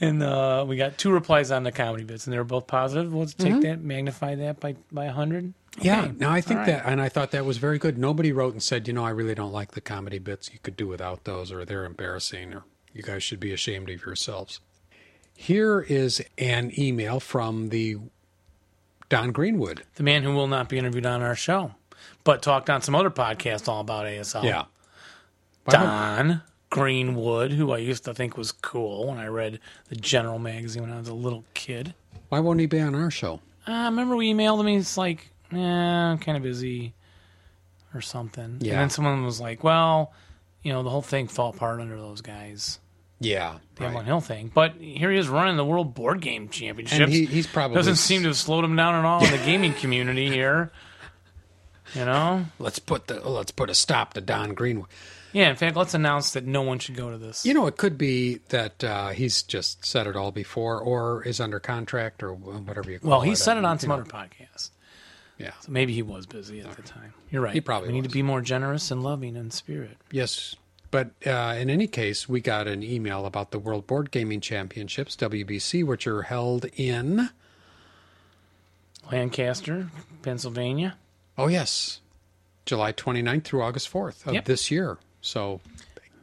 Speaker 1: And uh, we got two replies on the comedy bits, and they were both positive. We'll take that, magnify that by by 100.
Speaker 2: Yeah. No, I think
Speaker 1: All right.
Speaker 2: that, and I thought that was very good. Nobody wrote and said, you know, I really don't like the comedy bits. You could do without those, or they're embarrassing, or you guys should be ashamed of yourselves. Here is an email from the Don Greenwood.
Speaker 1: The man who will not be interviewed on our
Speaker 2: Oh,
Speaker 1: show, but talked on some other podcast all about ASL.
Speaker 2: Yeah. Why don't-
Speaker 1: Don Greenwood, who I used to think was cool when I read the General magazine when I was a little kid.
Speaker 2: Why won't he be on our show?
Speaker 1: Uh, remember we emailed him? He's like, "Nah, I'm kind of busy," or something.
Speaker 2: Yeah.
Speaker 1: And then someone was like, "Well, you know, the whole thing fell apart under those guys,
Speaker 2: Yeah.
Speaker 1: the
Speaker 2: right.
Speaker 1: Evelyn Hill thing." But here he is running the World Board Game Championships.
Speaker 2: And he, he's probably
Speaker 1: Doesn't seem to have slowed him down at all in the gaming community here. You know?
Speaker 2: Let's put the let's put a stop to Don Greenwood.
Speaker 1: Yeah, in fact, let's announce that no one should go to this.
Speaker 2: You know, it could be that uh, he's just said it all before, or is under contract, or whatever you call
Speaker 1: well,
Speaker 2: it.
Speaker 1: he said it
Speaker 2: I-
Speaker 1: on some other podcast.
Speaker 2: Yeah.
Speaker 1: So maybe he was busy at the time. You're right.
Speaker 2: He probably
Speaker 1: We need to
Speaker 2: was.
Speaker 1: be more generous and loving in spirit.
Speaker 2: Yes. But uh, in any case, we got an email about the World Board Gaming Championships, WBC, which are held in.
Speaker 1: Lancaster, Pennsylvania.
Speaker 2: Oh, yes. July 29th through August 4th of
Speaker 1: Yep.
Speaker 2: this year. So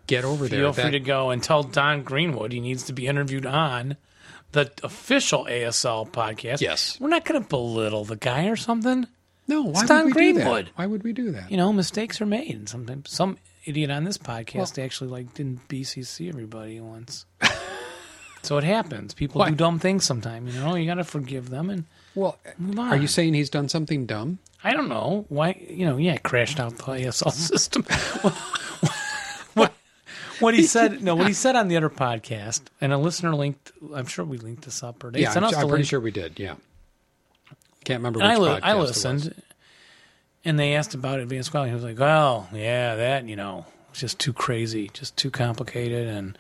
Speaker 2: get over
Speaker 1: Feel
Speaker 2: there.
Speaker 1: free
Speaker 2: That-
Speaker 1: to go and tell Don Greenwood he needs to be interviewed on the official ASL podcast.
Speaker 2: Yes.
Speaker 1: We're not going to belittle the guy or something.
Speaker 2: no, why
Speaker 1: It's
Speaker 2: would
Speaker 1: Don
Speaker 2: we do
Speaker 1: Greenwood.
Speaker 2: that? Why would we do that?
Speaker 1: You know, mistakes are made. And sometimes some idiot on this podcast actually like didn't BCC everybody once. so it happens. People do
Speaker 2: Why?
Speaker 1: dumb things sometimes, you know. You got to forgive them and
Speaker 2: Well,
Speaker 1: move on.
Speaker 2: are you saying he's done something dumb?
Speaker 1: I don't know why. You know, yeah, it crashed out the
Speaker 2: Mm-hmm.
Speaker 1: ASL system. what, what, what he said? No, what he said on the other podcast, and a listener linked. I'm sure we linked this up, or they
Speaker 2: Yeah,
Speaker 1: sent
Speaker 2: I'm,
Speaker 1: us
Speaker 2: I'm
Speaker 1: the
Speaker 2: pretty
Speaker 1: link.
Speaker 2: sure we did. Yeah. Can't remember
Speaker 1: and I,
Speaker 2: which
Speaker 1: li-
Speaker 2: podcast
Speaker 1: I
Speaker 2: it was.
Speaker 1: listened, and they asked about advanced quality. He was like, "Well, yeah, that you know, it's just too crazy, just too complicated, and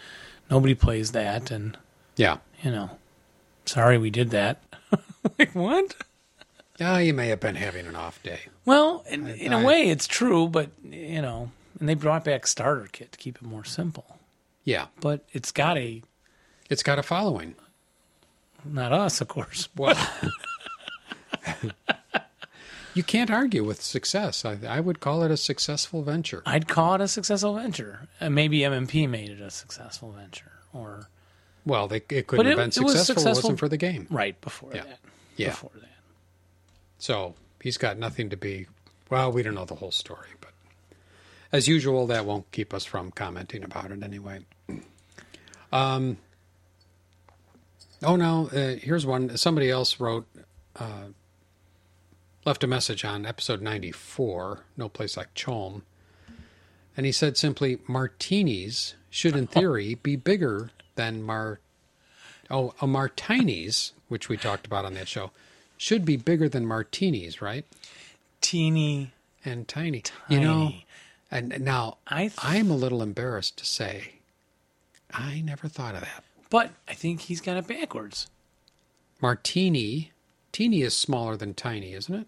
Speaker 1: nobody plays that, and
Speaker 2: Yeah.
Speaker 1: you know, sorry we did that." like what?
Speaker 2: Ah, you may have been having an off day.
Speaker 1: Well, in, in
Speaker 2: I-
Speaker 1: a way, it's true, but you know, and they brought back starter kit to keep it more simple.
Speaker 2: Yeah.
Speaker 1: But it's got a
Speaker 2: It's got a following.
Speaker 1: not us, of course.
Speaker 2: Well, you can't argue with success. I, I would call it a successful venture.
Speaker 1: I'd call it a successful venture. And maybe MMP made it a successful venture, or
Speaker 2: Well, they, it couldn't
Speaker 1: it-
Speaker 2: have been
Speaker 1: it was
Speaker 2: successful, if it
Speaker 1: successful-
Speaker 2: wasn't for the game.
Speaker 1: right before
Speaker 2: Yeah.
Speaker 1: that.
Speaker 2: Yeah.
Speaker 1: Before that.
Speaker 2: So he's got nothing to be. Well, we don't know the whole story, but as usual, that won't keep us from commenting about it anyway. Um. Oh no! Uh, here's one. Somebody else wrote, uh, left a message on episode 94. No place like Chom, and he said simply, "Martinis should, in theory, be bigger than mar." Oh, a martinis, which we talked about on that show, should be bigger than martinis, right?
Speaker 1: Teeny.
Speaker 2: And tiny. You know,
Speaker 1: Tiny.
Speaker 2: and and now
Speaker 1: I th-
Speaker 2: I'm a little embarrassed to say I never thought of that.
Speaker 1: but I think he's got it backwards.
Speaker 2: Martini, teeny is smaller than tiny, isn't it?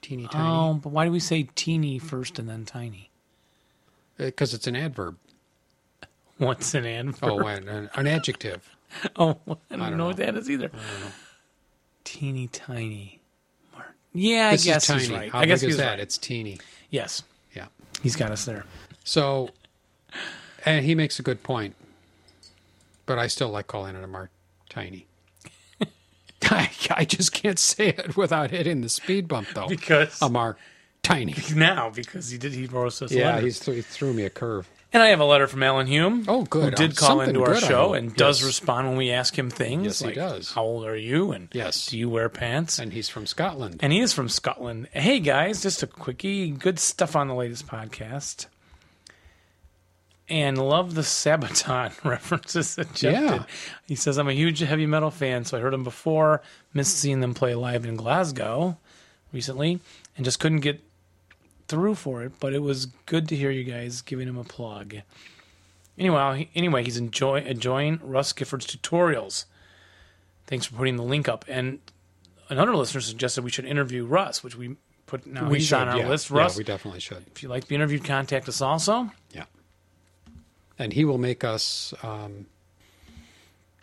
Speaker 2: Teeny tiny.
Speaker 1: Oh, but why do we say teeny first and then tiny? Oh.
Speaker 2: Because Uh, it's an adverb.
Speaker 1: What's an adverb?
Speaker 2: Oh, an, an an adjective.
Speaker 1: Oh, I don't, know,
Speaker 2: know.
Speaker 1: what that is either. Teeny tiny. Mar- Yeah, I
Speaker 2: This
Speaker 1: guess
Speaker 2: is
Speaker 1: he's
Speaker 2: tiny.
Speaker 1: right.
Speaker 2: How
Speaker 1: I guess
Speaker 2: big is
Speaker 1: he's
Speaker 2: that?
Speaker 1: right.
Speaker 2: It's teeny.
Speaker 1: Yes,
Speaker 2: Yeah.
Speaker 1: he's got us there.
Speaker 2: So, and he makes a good point, but I still like calling it a martini. I, I just can't say it without hitting the speed bump, though.
Speaker 1: Because-
Speaker 2: a martini.
Speaker 1: Now because he did he wrote us this
Speaker 2: Yeah,
Speaker 1: letter.
Speaker 2: he's th- he threw me a curve.
Speaker 1: and I have a letter from Alan Hume.
Speaker 2: Oh,
Speaker 1: Who
Speaker 2: good.
Speaker 1: did
Speaker 2: Um,
Speaker 1: call
Speaker 2: something
Speaker 1: into our
Speaker 2: good, I
Speaker 1: show
Speaker 2: hope.
Speaker 1: and does
Speaker 2: Yes.
Speaker 1: respond when we ask him things.
Speaker 2: Yes, he
Speaker 1: like,
Speaker 2: does.
Speaker 1: How old are you? And
Speaker 2: Yes.
Speaker 1: do you wear pants?
Speaker 2: And he's from Scotland.
Speaker 1: And he is from Scotland. Hey guys, just a quickie. Good stuff on the latest podcast. And love the Sabaton references suggested.
Speaker 2: Yeah.
Speaker 1: He says, I'm a huge heavy metal fan, so I heard them before. Missed seeing them play live in Glasgow recently and just couldn't get through for it, but it was good to hear you guys giving him a plug. Anyway, he- anyway, he's enjoy, enjoying Russ Gifford's tutorials. Thanks for putting the link up. And another listener suggested we should interview Russ, which we put now he's on our
Speaker 2: yeah.
Speaker 1: list.
Speaker 2: Yeah,
Speaker 1: Russ,
Speaker 2: we definitely should.
Speaker 1: if you'd like to be interviewed, contact us also.
Speaker 2: Yeah. And he will make us um,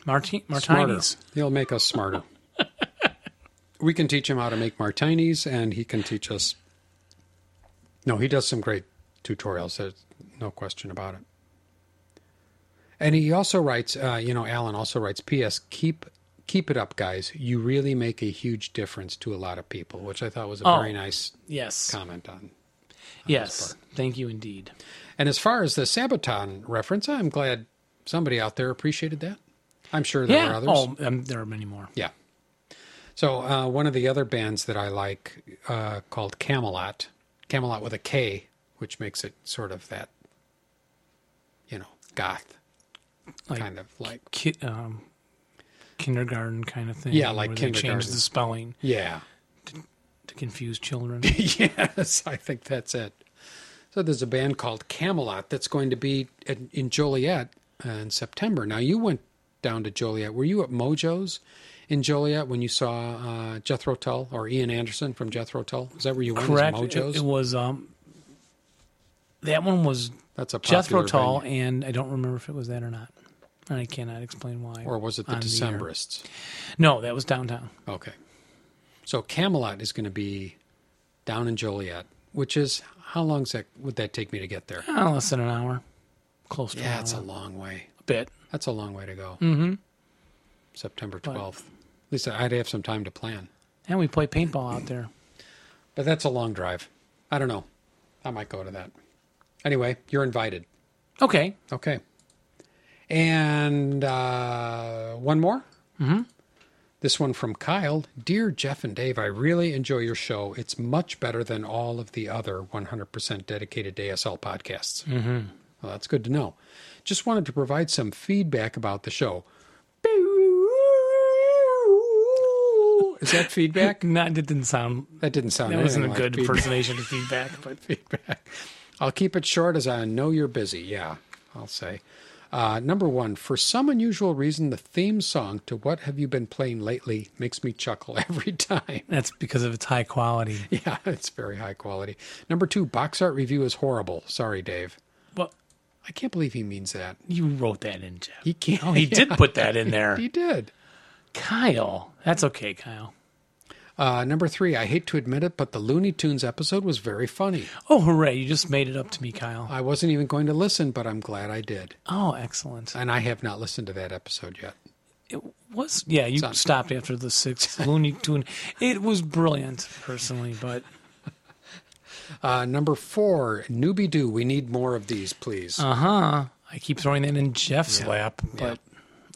Speaker 1: Martin,
Speaker 2: smarter.
Speaker 1: Martinis.
Speaker 2: He'll make us smarter. we can teach him how to make martinis, and he can teach us. No, he does some great tutorials. There's no question about it. And he also writes, uh, you know, Alan also writes, "P.S. Keep keep it up, guys. You really make a huge difference to a lot of people," which I thought was a
Speaker 1: Oh.
Speaker 2: very nice
Speaker 1: Yes.
Speaker 2: comment on.
Speaker 1: yes. Thank you indeed.
Speaker 2: And as far as the Sabaton reference, I'm glad somebody out there appreciated that. I'm sure there are
Speaker 1: yeah.
Speaker 2: others.
Speaker 1: Oh, um, there are many more.
Speaker 2: Yeah. So uh, one of the other bands that I like uh, called Camelot, Camelot with a K, which makes it sort of that, you know, goth
Speaker 1: Like-
Speaker 2: kind of like.
Speaker 1: Ki- um, kindergarten kind of thing.
Speaker 2: Yeah, like
Speaker 1: where they Change
Speaker 2: kindergarten.
Speaker 1: the spelling
Speaker 2: Yeah.
Speaker 1: to confuse children.
Speaker 2: yes, I think that's it. So there's a band called Camelot that's going to be at, in Joliet uh, in September. Now you went down to Joliet. Were you at Mojo's in Joliet when you saw uh, Jethro Tull or Ian Anderson from Jethro Tull? Is that where you went? is
Speaker 1: Correct. It,
Speaker 2: Mojo's.
Speaker 1: it was um, that one was
Speaker 2: that's a
Speaker 1: Jethro
Speaker 2: popular
Speaker 1: Tull,
Speaker 2: venue.
Speaker 1: and I don't remember if it was that or not, and I cannot explain why.
Speaker 2: or was it the
Speaker 1: on the air.
Speaker 2: Decemberists?
Speaker 1: no, that was downtown.
Speaker 2: Okay. So Camelot is going to be down in Joliet, which is how long that would that take me to get there?
Speaker 1: Ah, less than an hour, close to
Speaker 2: Yeah,
Speaker 1: an
Speaker 2: it's a
Speaker 1: hour.
Speaker 2: long way.
Speaker 1: a bit.
Speaker 2: That's a long way to go. Mm-hmm. September 12th. At least I'd have some time to plan.
Speaker 1: And we play paintball out there.
Speaker 2: But that's a long drive. I don't know. I might go to that. Anyway, you're invited.
Speaker 1: Okay,
Speaker 2: Okay. And uh, one more. Mm-hmm. This one from Kyle. Dear Jeff and Dave, I really enjoy your show. It's much better than all of the other 100% dedicated ASL podcasts. Mm-hmm. Well, that's good to know. Just wanted to provide some feedback about the show. Is that feedback?
Speaker 1: not it didn't sound
Speaker 2: That didn't sound.
Speaker 1: that wasn't a
Speaker 2: anything like
Speaker 1: good
Speaker 2: feedback.
Speaker 1: impersonation of feedback, but
Speaker 2: feedback. I'll keep it short as I know you're busy. Yeah, I'll say. Uh, number one, for some unusual reason, the theme song to What Have You Been Playing Lately makes me chuckle every time.
Speaker 1: that's because of its high quality.
Speaker 2: Yeah, it's very high quality. Number two, box art review is horrible. Sorry, Dave.
Speaker 1: Well,
Speaker 2: I can't believe he means that.
Speaker 1: you wrote that in, Jeff.
Speaker 2: He can't.
Speaker 1: Oh, he did put that in there.
Speaker 2: He did.
Speaker 1: Kyle. That's okay, Kyle.
Speaker 2: Uh, number three, I hate to admit it, but the Looney Tunes episode was very funny.
Speaker 1: Oh, hooray. You just made it up to me, Kyle.
Speaker 2: I wasn't even going to listen, but I'm glad I did.
Speaker 1: Oh, excellent.
Speaker 2: And I have not listened to that episode yet.
Speaker 1: It was, yeah, you stopped after the sixth Looney Tune. It was brilliant, personally, but
Speaker 2: Uh, number four, Newbie Doo. We need more of these, please.
Speaker 1: uh
Speaker 2: Uh-huh.
Speaker 1: huh. I keep throwing that in Jeff's lap, but,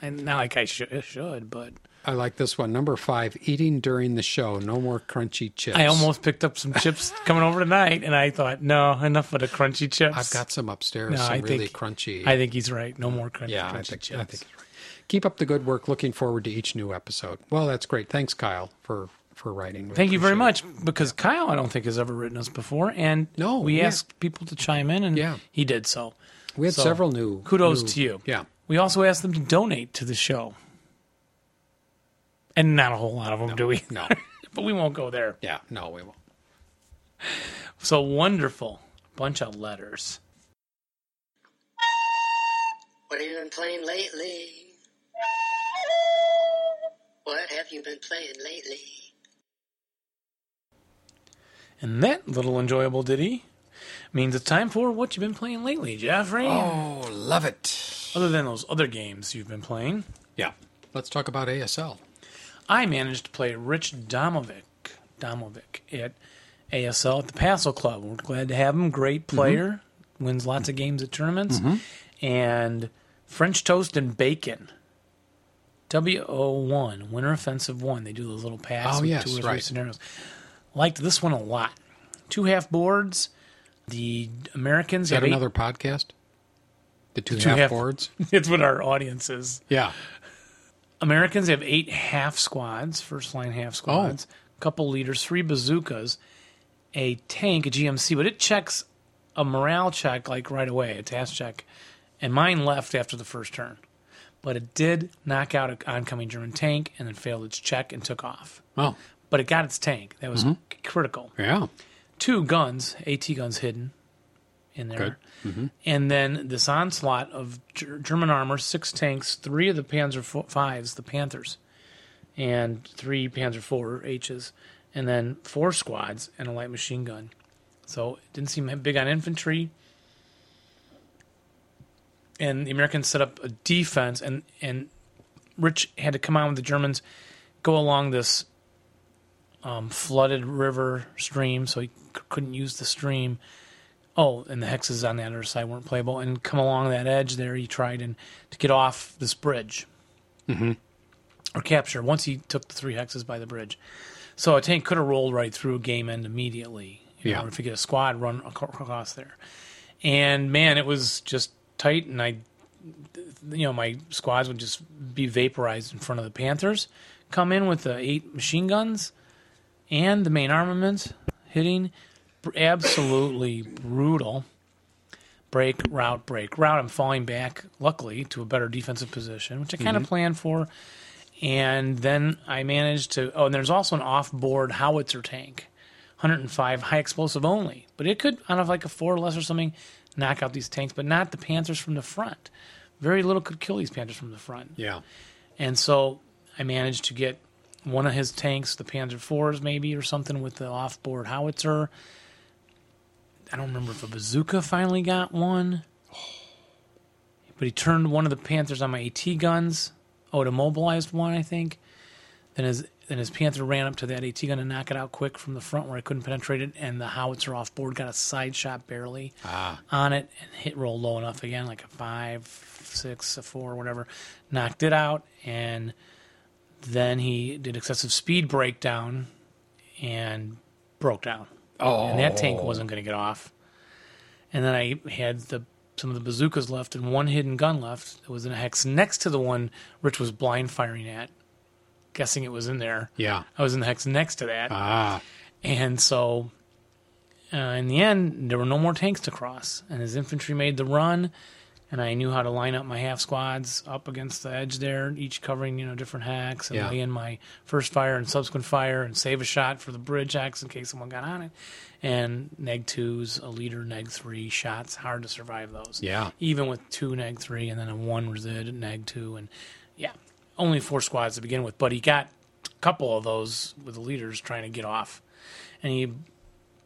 Speaker 1: and not like I should, should, but
Speaker 2: I like this one. Number five, eating during the show. No more crunchy chips.
Speaker 1: I almost picked up some chips coming over tonight, and I thought, no, enough of the crunchy chips.
Speaker 2: I've got some upstairs.
Speaker 1: No,
Speaker 2: some
Speaker 1: I
Speaker 2: really
Speaker 1: think-
Speaker 2: crunchy.
Speaker 1: I think he's right. No more crunchy,
Speaker 2: yeah,
Speaker 1: crunchy
Speaker 2: I think,
Speaker 1: chips.
Speaker 2: I think it's right. Keep up the good work. Looking forward to each new episode. Well, that's great. Thanks, Kyle, for for writing. We
Speaker 1: Thank you very
Speaker 2: appreciate
Speaker 1: much because Kyle, I don't think, has ever written us before. And
Speaker 2: No,
Speaker 1: we
Speaker 2: yeah.
Speaker 1: asked people to chime in, and
Speaker 2: Yeah.
Speaker 1: he did so.
Speaker 2: it. We had
Speaker 1: So,
Speaker 2: several new.
Speaker 1: Kudos
Speaker 2: new-
Speaker 1: to you.
Speaker 2: Yeah,
Speaker 1: We also asked them to donate to the show. And not a whole lot of them do we?
Speaker 2: no,
Speaker 1: but we won't go there.
Speaker 2: yeah, no, we won't.
Speaker 1: So wonderful. Bunch of letters.
Speaker 3: What have you been playing lately? What have you been playing lately?
Speaker 1: And that little enjoyable ditty means it's time for what you've been playing lately, Jeffrey.
Speaker 2: Oh, love it.
Speaker 1: Other than those other games you've been playing,
Speaker 2: Yeah, let's talk about ASL.
Speaker 1: I managed to play Rich Domovic, Domovic at ASL at the Paso Club. We're glad to have him. Great
Speaker 2: Mm-hmm.
Speaker 1: player, wins lots of games at tournaments, and French toast and bacon. W01, Winter Offensive 1. They do those little packs
Speaker 2: Oh,
Speaker 1: with
Speaker 2: yes,
Speaker 1: two or three
Speaker 2: right.
Speaker 1: scenarios. Liked this one a lot. Two half boards. The Americans
Speaker 2: Is that
Speaker 1: have eight-
Speaker 2: another podcast? The two,
Speaker 1: two
Speaker 2: half,
Speaker 1: half-
Speaker 2: boards.
Speaker 1: it's what our audience is.
Speaker 2: Yeah.
Speaker 1: Americans have eight half squads, first line half squads, couple leaders, three bazookas, a tank, a GMC, but it checks a morale check like right away, a task check, and mine left after the first turn. But it did knock out an oncoming German tank and then failed its check and took off.
Speaker 2: Oh,
Speaker 1: But it got its tank. That was c- critical.
Speaker 2: yeah.
Speaker 1: Two guns, AT guns hidden in there.
Speaker 2: Good.
Speaker 1: And then this onslaught of Ger- German armor, six tanks, three of the Panzer fo- Fives, the Panthers, and three Panzer Four H's, and then four squads and a light machine gun. So it didn't seem big on infantry. And the Americans set up a defense, and and Rich had to come on with the Germans, go along this um, flooded river stream, so he c- couldn't use the stream oh, and the hexes on the other side weren't playable. And come along that edge there, he tried and to get off this bridge, mm-hmm. or capture. Once he took the three hexes by the bridge, so a tank could have rolled right through game end immediately. You
Speaker 2: Yeah.
Speaker 1: know, if you get a squad run ac- across there, and man, it was just tight. And I, you know, my squads would just be vaporized in front of the Panthers. Come in with the eight machine guns and the main armament hitting br- absolutely brutal. Break, route, break, route. I'm falling back, luckily, to a better defensive position, which I kind of planned for. And then I managed to. Oh, and there's also an off-board howitzer tank, 105 high explosive only, but it could on of like a four or less or something, knock out these tanks, but not the Panthers from the front. Very little could kill these Panthers from the front.
Speaker 2: Yeah.
Speaker 1: And so I managed to get one of his tanks, the Panzer IVs maybe or something, with the off-board howitzer. I don't remember if a bazooka finally got one, but he turned one of the Panthers on my AT guns. Oh, it immobilized one, I think. Then his then his Panther ran up to that AT gun to knock it out quick from the front where I couldn't penetrate it, and the howitzer off-board got a side shot barely
Speaker 2: Ah.
Speaker 1: on it and hit roll low enough again, like a five, six, a four, whatever, knocked it out, and then he did excessive speed breakdown and broke down.
Speaker 2: Oh.
Speaker 1: And that tank wasn't going to get off. And then I had the some of the bazookas left and one hidden gun left that was in a hex next to the one Rich was blind firing at, guessing it was in there.
Speaker 2: Yeah.
Speaker 1: I was in the hex next to that.
Speaker 2: Ah.
Speaker 1: And so, uh, in the end, there were no more tanks to cross, and his infantry made the run. And I knew how to line up my half squads up against the edge there, each covering you know different hacks, and
Speaker 2: Yeah.
Speaker 1: lay in my first fire and subsequent fire, and save a shot for the bridge hacks in case someone got on it. And neg twos, a leader, neg three shots, hard to survive those.
Speaker 2: Yeah.
Speaker 1: even with two neg three, and then a one resid neg two, and yeah, only four squads to begin with. But he got a couple of those with the leaders trying to get off and he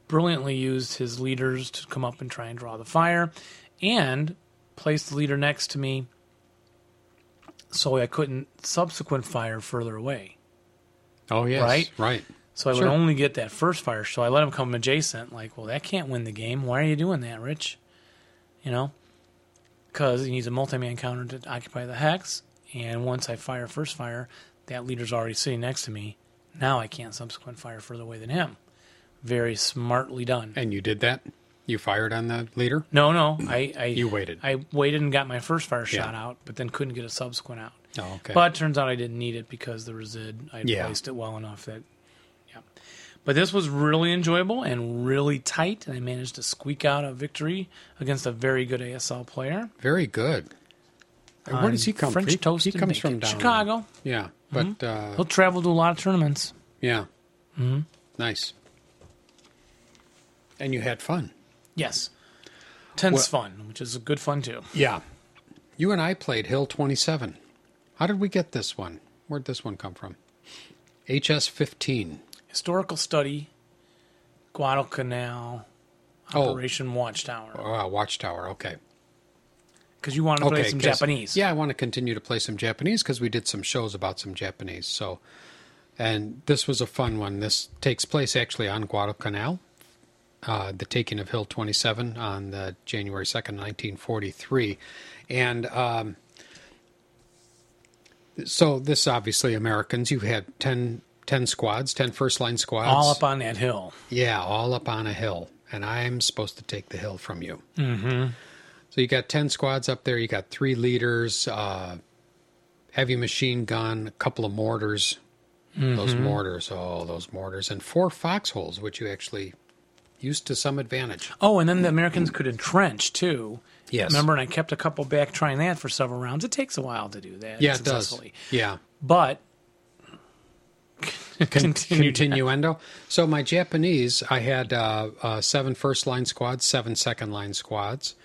Speaker 1: brilliantly used his leaders to come up and try and draw the fire and placed the leader next to me so I couldn't subsequent fire further away.
Speaker 2: Oh yes.
Speaker 1: Right?
Speaker 2: Right.
Speaker 1: So I
Speaker 2: Sure.
Speaker 1: would only get that first fire. So I let him come adjacent. Like, well, that can't win the game. Why are you doing that, Rich? You know, because he needs a multi-man counter to occupy the hex. And once I fire first fire, that leader's already sitting next to me. Now I can't subsequent fire further away than him. Very smartly done.
Speaker 2: And you did that. You fired on the leader.
Speaker 1: No, no, I, I
Speaker 2: You waited.
Speaker 1: I waited and got my first fire
Speaker 2: Yeah.
Speaker 1: shot out, but then couldn't get a subsequent out.
Speaker 2: Oh, okay.
Speaker 1: But turns out I didn't need it because the resid I had
Speaker 2: Yeah.
Speaker 1: placed it well enough that, yeah. But this was really enjoyable and really tight, and I managed to squeak out a victory against a very good ASL player.
Speaker 2: very good. And Where
Speaker 1: on
Speaker 2: does he come
Speaker 1: French
Speaker 2: from? He-
Speaker 1: toast.
Speaker 2: He
Speaker 1: and
Speaker 2: comes
Speaker 1: bacon.
Speaker 2: from down
Speaker 1: Chicago. Mm-hmm.
Speaker 2: Yeah, but uh,
Speaker 1: He'll travel to a lot of tournaments.
Speaker 2: yeah, mm-hmm. nice. And you had fun.
Speaker 1: Yes, tense fun, which is a good fun too.
Speaker 2: Yeah. You and I played Hill 27. How did we get this one? Where'd this one come from? HS 15.
Speaker 1: Historical study, Guadalcanal,
Speaker 2: Oh,
Speaker 1: Operation Watchtower.
Speaker 2: uh, Watchtower. Okay.
Speaker 1: because you want to
Speaker 2: Okay.
Speaker 1: play some
Speaker 2: 'cause-
Speaker 1: Japanese.
Speaker 2: Yeah, I want to continue to play some Japanese because we did some shows about some Japanese. So, and this was a fun one. This takes place actually on Guadalcanal, uh, the taking of Hill 27 on the January 2nd, 1943. And um, so this obviously Americans. You had 10, 10 squads, 10 first line squads.
Speaker 1: all up on that hill.
Speaker 2: Yeah, all up on a hill, and I'm supposed to take the hill from you. Mm-hmm. So you got ten squads up there. You got three leaders, uh, heavy machine gun, a couple of mortars. Those mortars, oh, those mortars, and four foxholes, which you actually used to some advantage.
Speaker 1: Oh, and then the Americans could entrench too.
Speaker 2: Yes.
Speaker 1: Remember, and I kept a couple back trying that for several rounds. It takes a while to do that.
Speaker 2: Yeah, it does.
Speaker 1: successfully.
Speaker 2: Yeah.
Speaker 1: But
Speaker 2: Con-
Speaker 1: Continued.
Speaker 2: continuendo. So my Japanese, I had uh, uh, seven first line squads, seven second line squads,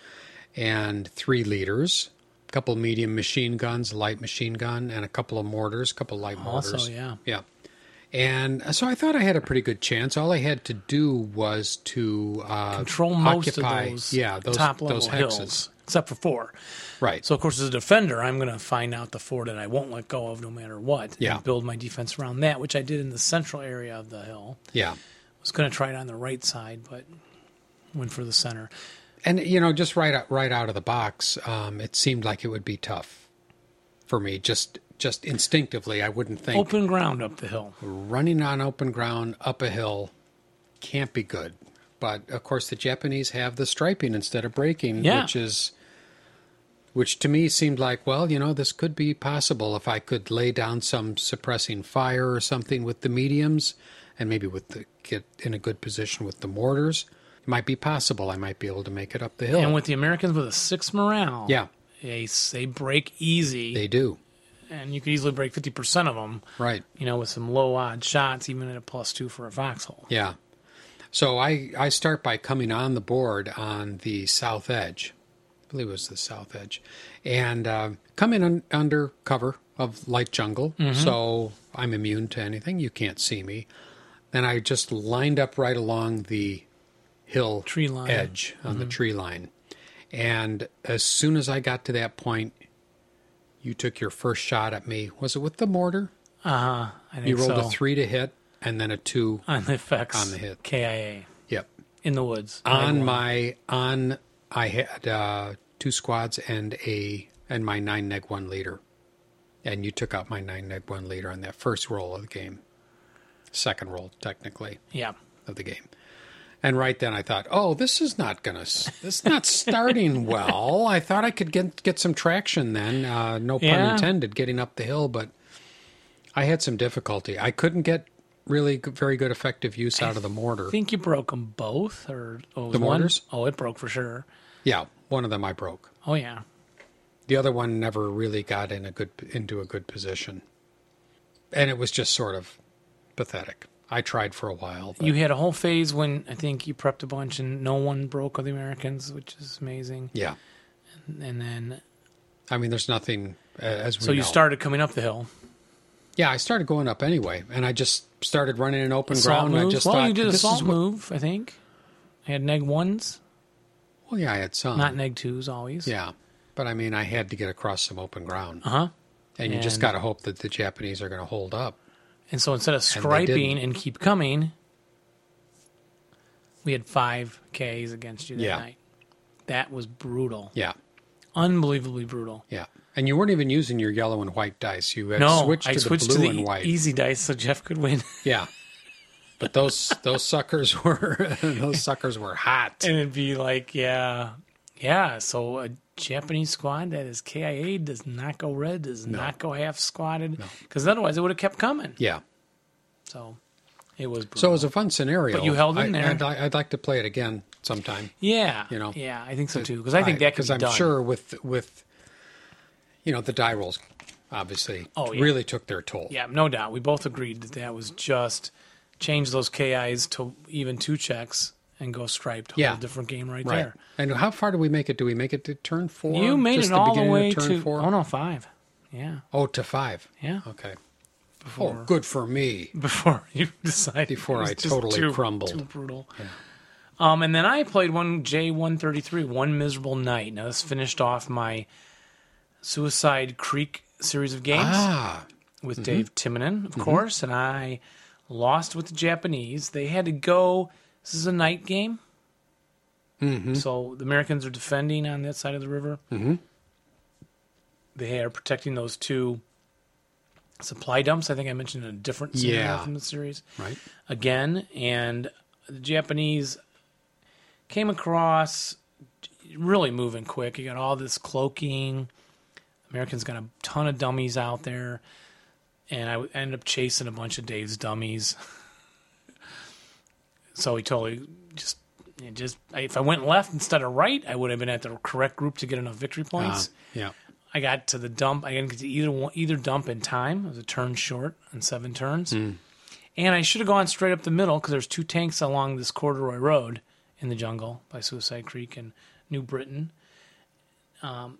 Speaker 2: and three leaders, a couple medium machine guns, light machine gun, and a couple of mortars, a couple light
Speaker 1: Also,
Speaker 2: mortars.
Speaker 1: yeah.
Speaker 2: yeah. And uh, so I thought I had a pretty good chance. All I had to do was to uh,
Speaker 1: control most
Speaker 2: occupy,
Speaker 1: of those,
Speaker 2: yeah, those
Speaker 1: top level
Speaker 2: those hexes.
Speaker 1: hills, except for four.
Speaker 2: Right.
Speaker 1: So, of course, as a defender, I'm going to find out the four that I won't let go of no matter what. and
Speaker 2: Yeah.
Speaker 1: build my defense around that, which I did in the central area of the hill.
Speaker 2: yeah.
Speaker 1: was going to try it on the right side, but went for the center.
Speaker 2: And you know, just right out, right out of the box, um, it seemed like it would be tough for me. Just just instinctively, I wouldn't think
Speaker 1: Open ground up the hill.
Speaker 2: running on open ground up a hill can't be good. But of course, the Japanese have the striping instead of braking,
Speaker 1: Yeah.
Speaker 2: which is which to me seemed like, well, you know, this could be possible if I could lay down some suppressing fire or something with the mediums, and maybe with the get in a good position with the mortars. It might be possible. I might be able to make it up the hill.
Speaker 1: And with the Americans with a six morale,
Speaker 2: yeah,
Speaker 1: they, s- they break easy,
Speaker 2: they do.
Speaker 1: and you could easily break 50% of them,
Speaker 2: Right.
Speaker 1: you know, with some low odd shots, even at a plus two for a foxhole.
Speaker 2: Yeah. So I, I start by coming on the board on the south edge. I believe it was the south edge. And uh, come in un- under cover of light jungle.
Speaker 1: Mm-hmm.
Speaker 2: So I'm immune to anything. You can't see me. Then I just lined up right along the hill
Speaker 1: Tree line. Mm-hmm.
Speaker 2: edge on the tree line. And as soon as I got to that point, you took your first shot at me. Was it with the mortar?
Speaker 1: Uh huh. I think
Speaker 2: You rolled
Speaker 1: so.
Speaker 2: a three to hit and then a two.
Speaker 1: on the effects
Speaker 2: on the hit. Uh,
Speaker 1: KIA
Speaker 2: Yep.
Speaker 1: in the woods.
Speaker 2: on my on I had uh, two squads and a and my nine neg one leader, and you took out my nine neg one leader on that first roll of the game, second roll technically
Speaker 1: yeah.
Speaker 2: of the game, and right then I thought, oh, this is not gonna s- this is not starting well. I thought I could get get some traction then, uh, no pun
Speaker 1: Yeah.
Speaker 2: intended, getting up the hill, but I had some difficulty. I couldn't get really g- very good effective use out of the mortar.
Speaker 1: I think you broke them both, or oh, it was
Speaker 2: The
Speaker 1: one-
Speaker 2: mortars?
Speaker 1: Oh, it broke for sure.
Speaker 2: Yeah, one of them I broke.
Speaker 1: Oh yeah.
Speaker 2: the other one never really got in a good into a good position and it was just sort of pathetic i tried for a while but
Speaker 1: You had a whole phase when I think you prepped a bunch and no one broke of the Americans, which is amazing.
Speaker 2: yeah
Speaker 1: And then
Speaker 2: i mean there's nothing uh, as we
Speaker 1: so you
Speaker 2: know.
Speaker 1: started coming up the hill.
Speaker 2: yeah i started going up anyway and i just started running in open
Speaker 1: Assault
Speaker 2: ground and i
Speaker 1: move.
Speaker 2: just
Speaker 1: well,
Speaker 2: thought
Speaker 1: you did
Speaker 2: this is
Speaker 1: assault
Speaker 2: what-
Speaker 1: move, I think. I had neg ones,
Speaker 2: well yeah i had some
Speaker 1: not neg twos always.
Speaker 2: yeah but i mean i had to get across some open ground
Speaker 1: Uh huh.
Speaker 2: and you just
Speaker 1: And-
Speaker 2: got to hope that the japanese are going to hold up
Speaker 1: And so instead of
Speaker 2: they didn't.
Speaker 1: striping and, keep coming, we had five Ks against you that
Speaker 2: Yeah.
Speaker 1: night. That was brutal.
Speaker 2: yeah
Speaker 1: Unbelievably brutal.
Speaker 2: yeah and you weren't even using your yellow and white dice you had
Speaker 1: No,
Speaker 2: switched
Speaker 1: I
Speaker 2: to
Speaker 1: switched
Speaker 2: the blue
Speaker 1: to the
Speaker 2: and white
Speaker 1: easy dice so Jeff could win.
Speaker 2: Yeah. But those those suckers were those suckers were hot.
Speaker 1: and it'd be like, yeah, yeah. So a Japanese squad that is KIA does not go red, does not go half squatted, because otherwise it would have kept coming.
Speaker 2: Yeah.
Speaker 1: So it was brutal.
Speaker 2: So it was a fun scenario.
Speaker 1: But you held in
Speaker 2: I,
Speaker 1: there.
Speaker 2: I'd, li- I'd like to play it again sometime.
Speaker 1: yeah,
Speaker 2: you know,
Speaker 1: yeah, I think so too. Because I think that could
Speaker 2: because
Speaker 1: be
Speaker 2: I'm
Speaker 1: done.
Speaker 2: sure with with you know the die rolls obviously
Speaker 1: Oh, yeah.
Speaker 2: really took their toll.
Speaker 1: Yeah, no doubt. We both agreed that that was just change those KIs to even two checks and go striped. Whole
Speaker 2: Yeah.
Speaker 1: different game right,
Speaker 2: Right.
Speaker 1: there.
Speaker 2: And how far do we make it? Do we make it to turn four?
Speaker 1: You made
Speaker 2: Just
Speaker 1: it all the,
Speaker 2: beginning of
Speaker 1: way
Speaker 2: turn
Speaker 1: to
Speaker 2: four?
Speaker 1: oh no five. Yeah,
Speaker 2: Oh, to five.
Speaker 1: yeah.
Speaker 2: Okay.
Speaker 1: Before
Speaker 2: Oh, good for me.
Speaker 1: before you decided
Speaker 2: Before
Speaker 1: it was
Speaker 2: I
Speaker 1: just
Speaker 2: totally
Speaker 1: too-
Speaker 2: crumbled.
Speaker 1: too brutal. Um, and then I played one J one thirty three, one miserable night. Now this finished off my Suicide Creek series of games.
Speaker 2: Ah,
Speaker 1: with Dave Timonen, of course, and I lost with the Japanese. They had to go. This is a night game, so the Americans are defending on that side of the river. Mm-hmm. They are protecting those two supply dumps. I think I mentioned in a different scenario
Speaker 2: Yeah.
Speaker 1: from the series
Speaker 2: right.
Speaker 1: again, and the Japanese came across really moving quick. You got all this cloaking. Americans got a ton of dummies out there, and I w- ended up chasing a bunch of Dave's dummies. so he totally just. It just if I went left instead of right, I would have been at the correct group to get enough victory
Speaker 2: Ah,
Speaker 1: points.
Speaker 2: yeah.
Speaker 1: I got to the dump. I didn't get to either one, either dump in time. It was a turn short on seven turns,
Speaker 2: Hmm.
Speaker 1: and I should have gone straight up the middle because there's two tanks along this corduroy road in the jungle by Suicide Creek and New Britain. Um,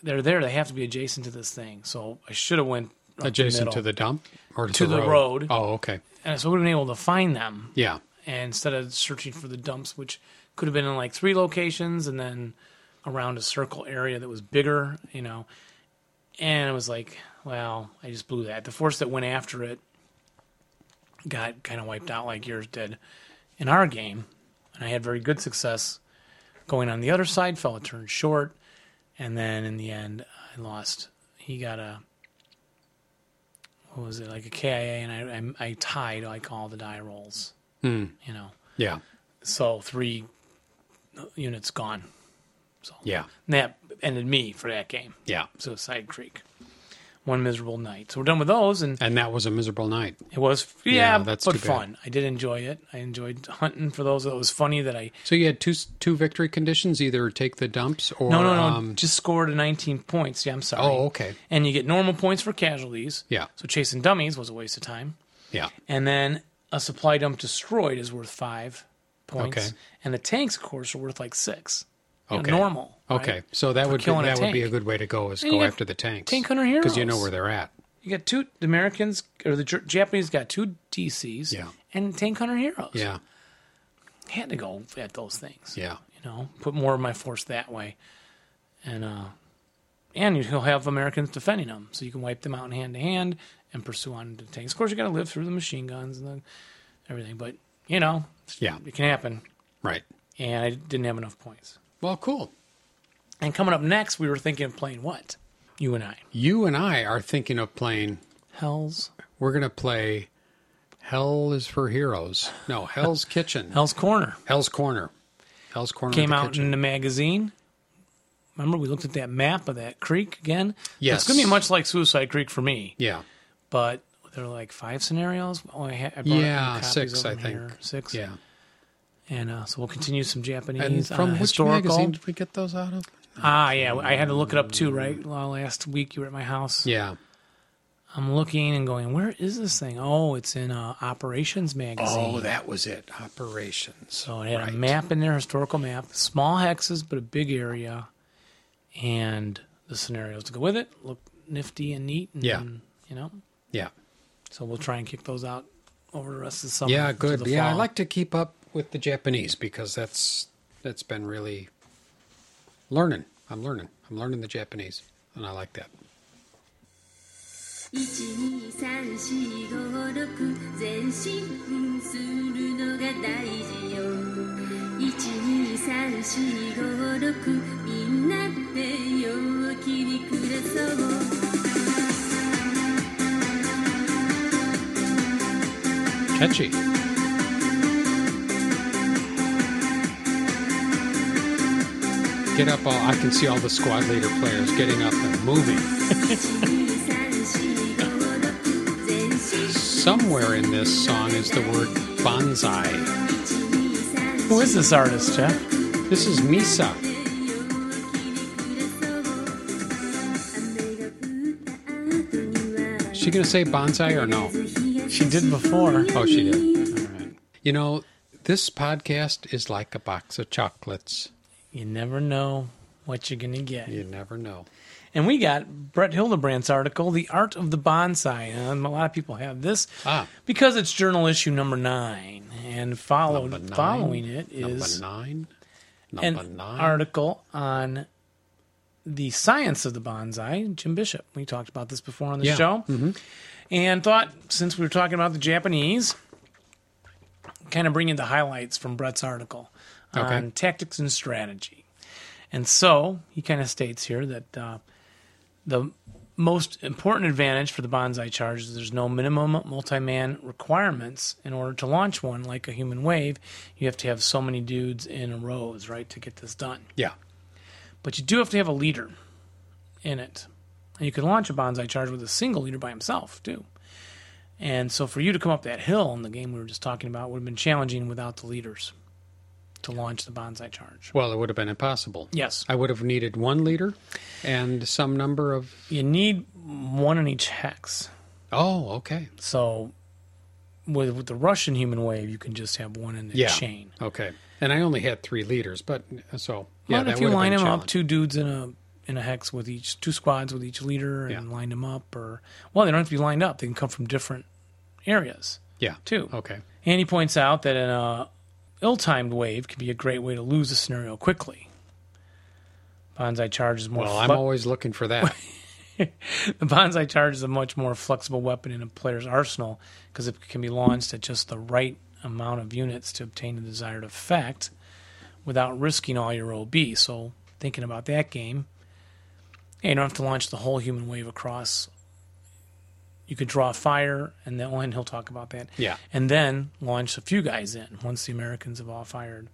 Speaker 1: they're there. They have to be adjacent to this thing. So I should have went up
Speaker 2: Adjacent
Speaker 1: middle.
Speaker 2: to the dump or to,
Speaker 1: To the road.
Speaker 2: Oh, okay.
Speaker 1: and so I would have been able to find them
Speaker 2: Yeah.
Speaker 1: and instead of searching for the dumps, which could have been in like three locations and then around a circle area that was bigger, you know. And it was like, well, I just blew that. The force that went after it got kind of wiped out like yours did in our game. and I had very good success going on the other side. Fella turned short, and then in the end, I lost. He got a what was it like a KIA, and I I, I tied like all the die rolls. You know,
Speaker 2: Yeah.
Speaker 1: so three units gone.
Speaker 2: Yeah.
Speaker 1: And that ended me for that game.
Speaker 2: Yeah.
Speaker 1: Suicide Creek. One miserable night. So we're done with those, and
Speaker 2: And that was a miserable night.
Speaker 1: it was yeah,
Speaker 2: Yeah, that's
Speaker 1: but
Speaker 2: too bad.
Speaker 1: fun. I did enjoy it. I enjoyed hunting for those. It was funny that I
Speaker 2: So you had two two victory conditions: either take the dumps or
Speaker 1: no no no
Speaker 2: Um,
Speaker 1: just scored a 19 points. Yeah, I'm sorry.
Speaker 2: oh, okay,
Speaker 1: And you get normal points for casualties.
Speaker 2: Yeah.
Speaker 1: So chasing dummies was a waste of time.
Speaker 2: yeah,
Speaker 1: And then a supply dump destroyed is worth five points.
Speaker 2: Okay.
Speaker 1: And the tanks, of course, are worth like six. You know,
Speaker 2: Okay.
Speaker 1: normal. right?
Speaker 2: okay. So that would be,
Speaker 1: killing a
Speaker 2: that would be a
Speaker 1: tank.
Speaker 2: good way to go is
Speaker 1: And you
Speaker 2: go
Speaker 1: got
Speaker 2: after the tanks,
Speaker 1: tank hunter
Speaker 2: because you know
Speaker 1: heroes.
Speaker 2: where they're at.
Speaker 1: You got two the Americans or the Jer- Japanese got two DCs.
Speaker 2: Yeah.
Speaker 1: And tank hunter heroes.
Speaker 2: Yeah,
Speaker 1: Had to go at those things.
Speaker 2: yeah,
Speaker 1: you know, put more of my force that way, and uh, and you'll have Americans defending them, so you can wipe them out in hand to hand and pursue on to tanks. Of course, you got to live through the machine guns and the, everything, but you know,
Speaker 2: Yeah.
Speaker 1: it can happen.
Speaker 2: right.
Speaker 1: And I didn't have enough points.
Speaker 2: Well, cool.
Speaker 1: And coming up next, we were thinking of playing what you and I,
Speaker 2: You and I are thinking of playing.
Speaker 1: Hell's
Speaker 2: We're gonna play. Hell is for heroes. No, Hell's Kitchen.
Speaker 1: Hell's Corner
Speaker 2: Hell's Corner. Hell's Corner
Speaker 1: came
Speaker 2: the
Speaker 1: out
Speaker 2: kitchen.
Speaker 1: in the magazine. Remember, we looked at that map of that creek again. So
Speaker 2: Yes.
Speaker 1: it's going to be much like Suicide Creek for me.
Speaker 2: yeah,
Speaker 1: but there are like five scenarios. Oh, I ha- I brought
Speaker 2: Yeah,
Speaker 1: copies
Speaker 2: six,
Speaker 1: of them
Speaker 2: I think.
Speaker 1: here. six.
Speaker 2: yeah.
Speaker 1: and uh, so we'll continue some Japanese
Speaker 2: And
Speaker 1: on
Speaker 2: from
Speaker 1: a
Speaker 2: which
Speaker 1: historical.
Speaker 2: magazine did we get those out of?
Speaker 1: Ah, yeah, I had to look it up too. Right, Well, last week you were at my house.
Speaker 2: Yeah.
Speaker 1: I'm looking and going, where is this thing? Oh, it's in uh, Operations magazine.
Speaker 2: Oh, that was it. Operations.
Speaker 1: so it had
Speaker 2: right.
Speaker 1: a map in there, historical map, small hexes but a big area, and the scenarios to go with it. Look nifty and neat. And,
Speaker 2: Yeah.
Speaker 1: you know.
Speaker 2: Yeah.
Speaker 1: So we'll try and kick those out over the rest of the summer.
Speaker 2: Yeah,
Speaker 1: into
Speaker 2: good.
Speaker 1: the
Speaker 2: Yeah, I
Speaker 1: fall.
Speaker 2: like to keep up with the Japanese because that's that's been really learning. I'm learning. I'm learning the Japanese, and I like that.
Speaker 4: 123456前進するのが大事よ123456みんなで陽気に暮らそう
Speaker 2: Catchy. Get up! All, I can see all the squad leader players getting up and moving.
Speaker 4: 123456前進
Speaker 2: Somewhere in this song is the word bonsai.
Speaker 1: Who is this artist, Jeff?
Speaker 2: This is Misa.
Speaker 4: 雨
Speaker 2: Is she
Speaker 4: が降った後には
Speaker 2: gonna say bonsai or no?
Speaker 1: She did before.
Speaker 2: Oh, she did. All
Speaker 1: Mm-hmm.
Speaker 2: right. You know, this podcast is like a box of chocolates.
Speaker 1: You never know what you're going to get.
Speaker 2: You never know.
Speaker 1: And we got Brett Hildebrandt's article, The Art of the Bonsai. And a lot of people have this
Speaker 2: Ah.
Speaker 1: because it's journal issue number nine. And followed,
Speaker 2: Number nine,
Speaker 1: following it is
Speaker 2: number nine.
Speaker 1: an
Speaker 2: Number nine.
Speaker 1: article on the science of the bonsai, Jim Bishop. We talked about this before on the
Speaker 2: Yeah. Mm-hmm.
Speaker 1: show. And thought, since we were talking about the Japanese, kind of bring in the highlights from Brett's article
Speaker 2: Okay.
Speaker 1: on tactics and strategy. And so he kind of states here that uh, the most important advantage for the bonsai charge is there's no minimum multi-man requirements in order to launch one like a human wave you have to have so many dudes in rows right to get this done
Speaker 2: yeah.
Speaker 1: but you do have to have a leader in it and you can launch a bonsai charge with a single leader by himself too and so for you to come up that hill in the game we were just talking about would have been challenging without the leaders to launch the bonsai charge
Speaker 2: Well, it would have been impossible.
Speaker 1: yes
Speaker 2: I would have needed one leader and some number of.
Speaker 1: you need one in each hex
Speaker 2: Oh, okay.
Speaker 1: So with, with the Russian human wave, you can just have one in the
Speaker 2: Yeah.
Speaker 1: chain.
Speaker 2: Okay. And I only had three leaders, but so yeah,
Speaker 1: but
Speaker 2: that
Speaker 1: if
Speaker 2: would
Speaker 1: you
Speaker 2: have
Speaker 1: line
Speaker 2: been
Speaker 1: them up,
Speaker 2: challenging.
Speaker 1: two dudes in a in a hex with each two squads with each leader, and
Speaker 2: Yeah.
Speaker 1: line them up, or well, they don't have to be lined up. They can come from different areas.
Speaker 2: Yeah.
Speaker 1: two.
Speaker 2: Okay.
Speaker 1: And he points out that an uh, ill-timed wave can be a great way to lose a scenario quickly. Bonsai charge is more.
Speaker 2: Well, I'm
Speaker 1: fle-
Speaker 2: always looking for that.
Speaker 1: the bonsai charge is a much more flexible weapon in a player's arsenal because it can be launched at just the right amount of units to obtain the desired effect without risking all your OB. So, thinking about that game, yeah, you don't have to launch the whole human wave across. You could draw fire, and then and he'll talk about that.
Speaker 2: Yeah.
Speaker 1: And then launch a few guys in once the Americans have all fired.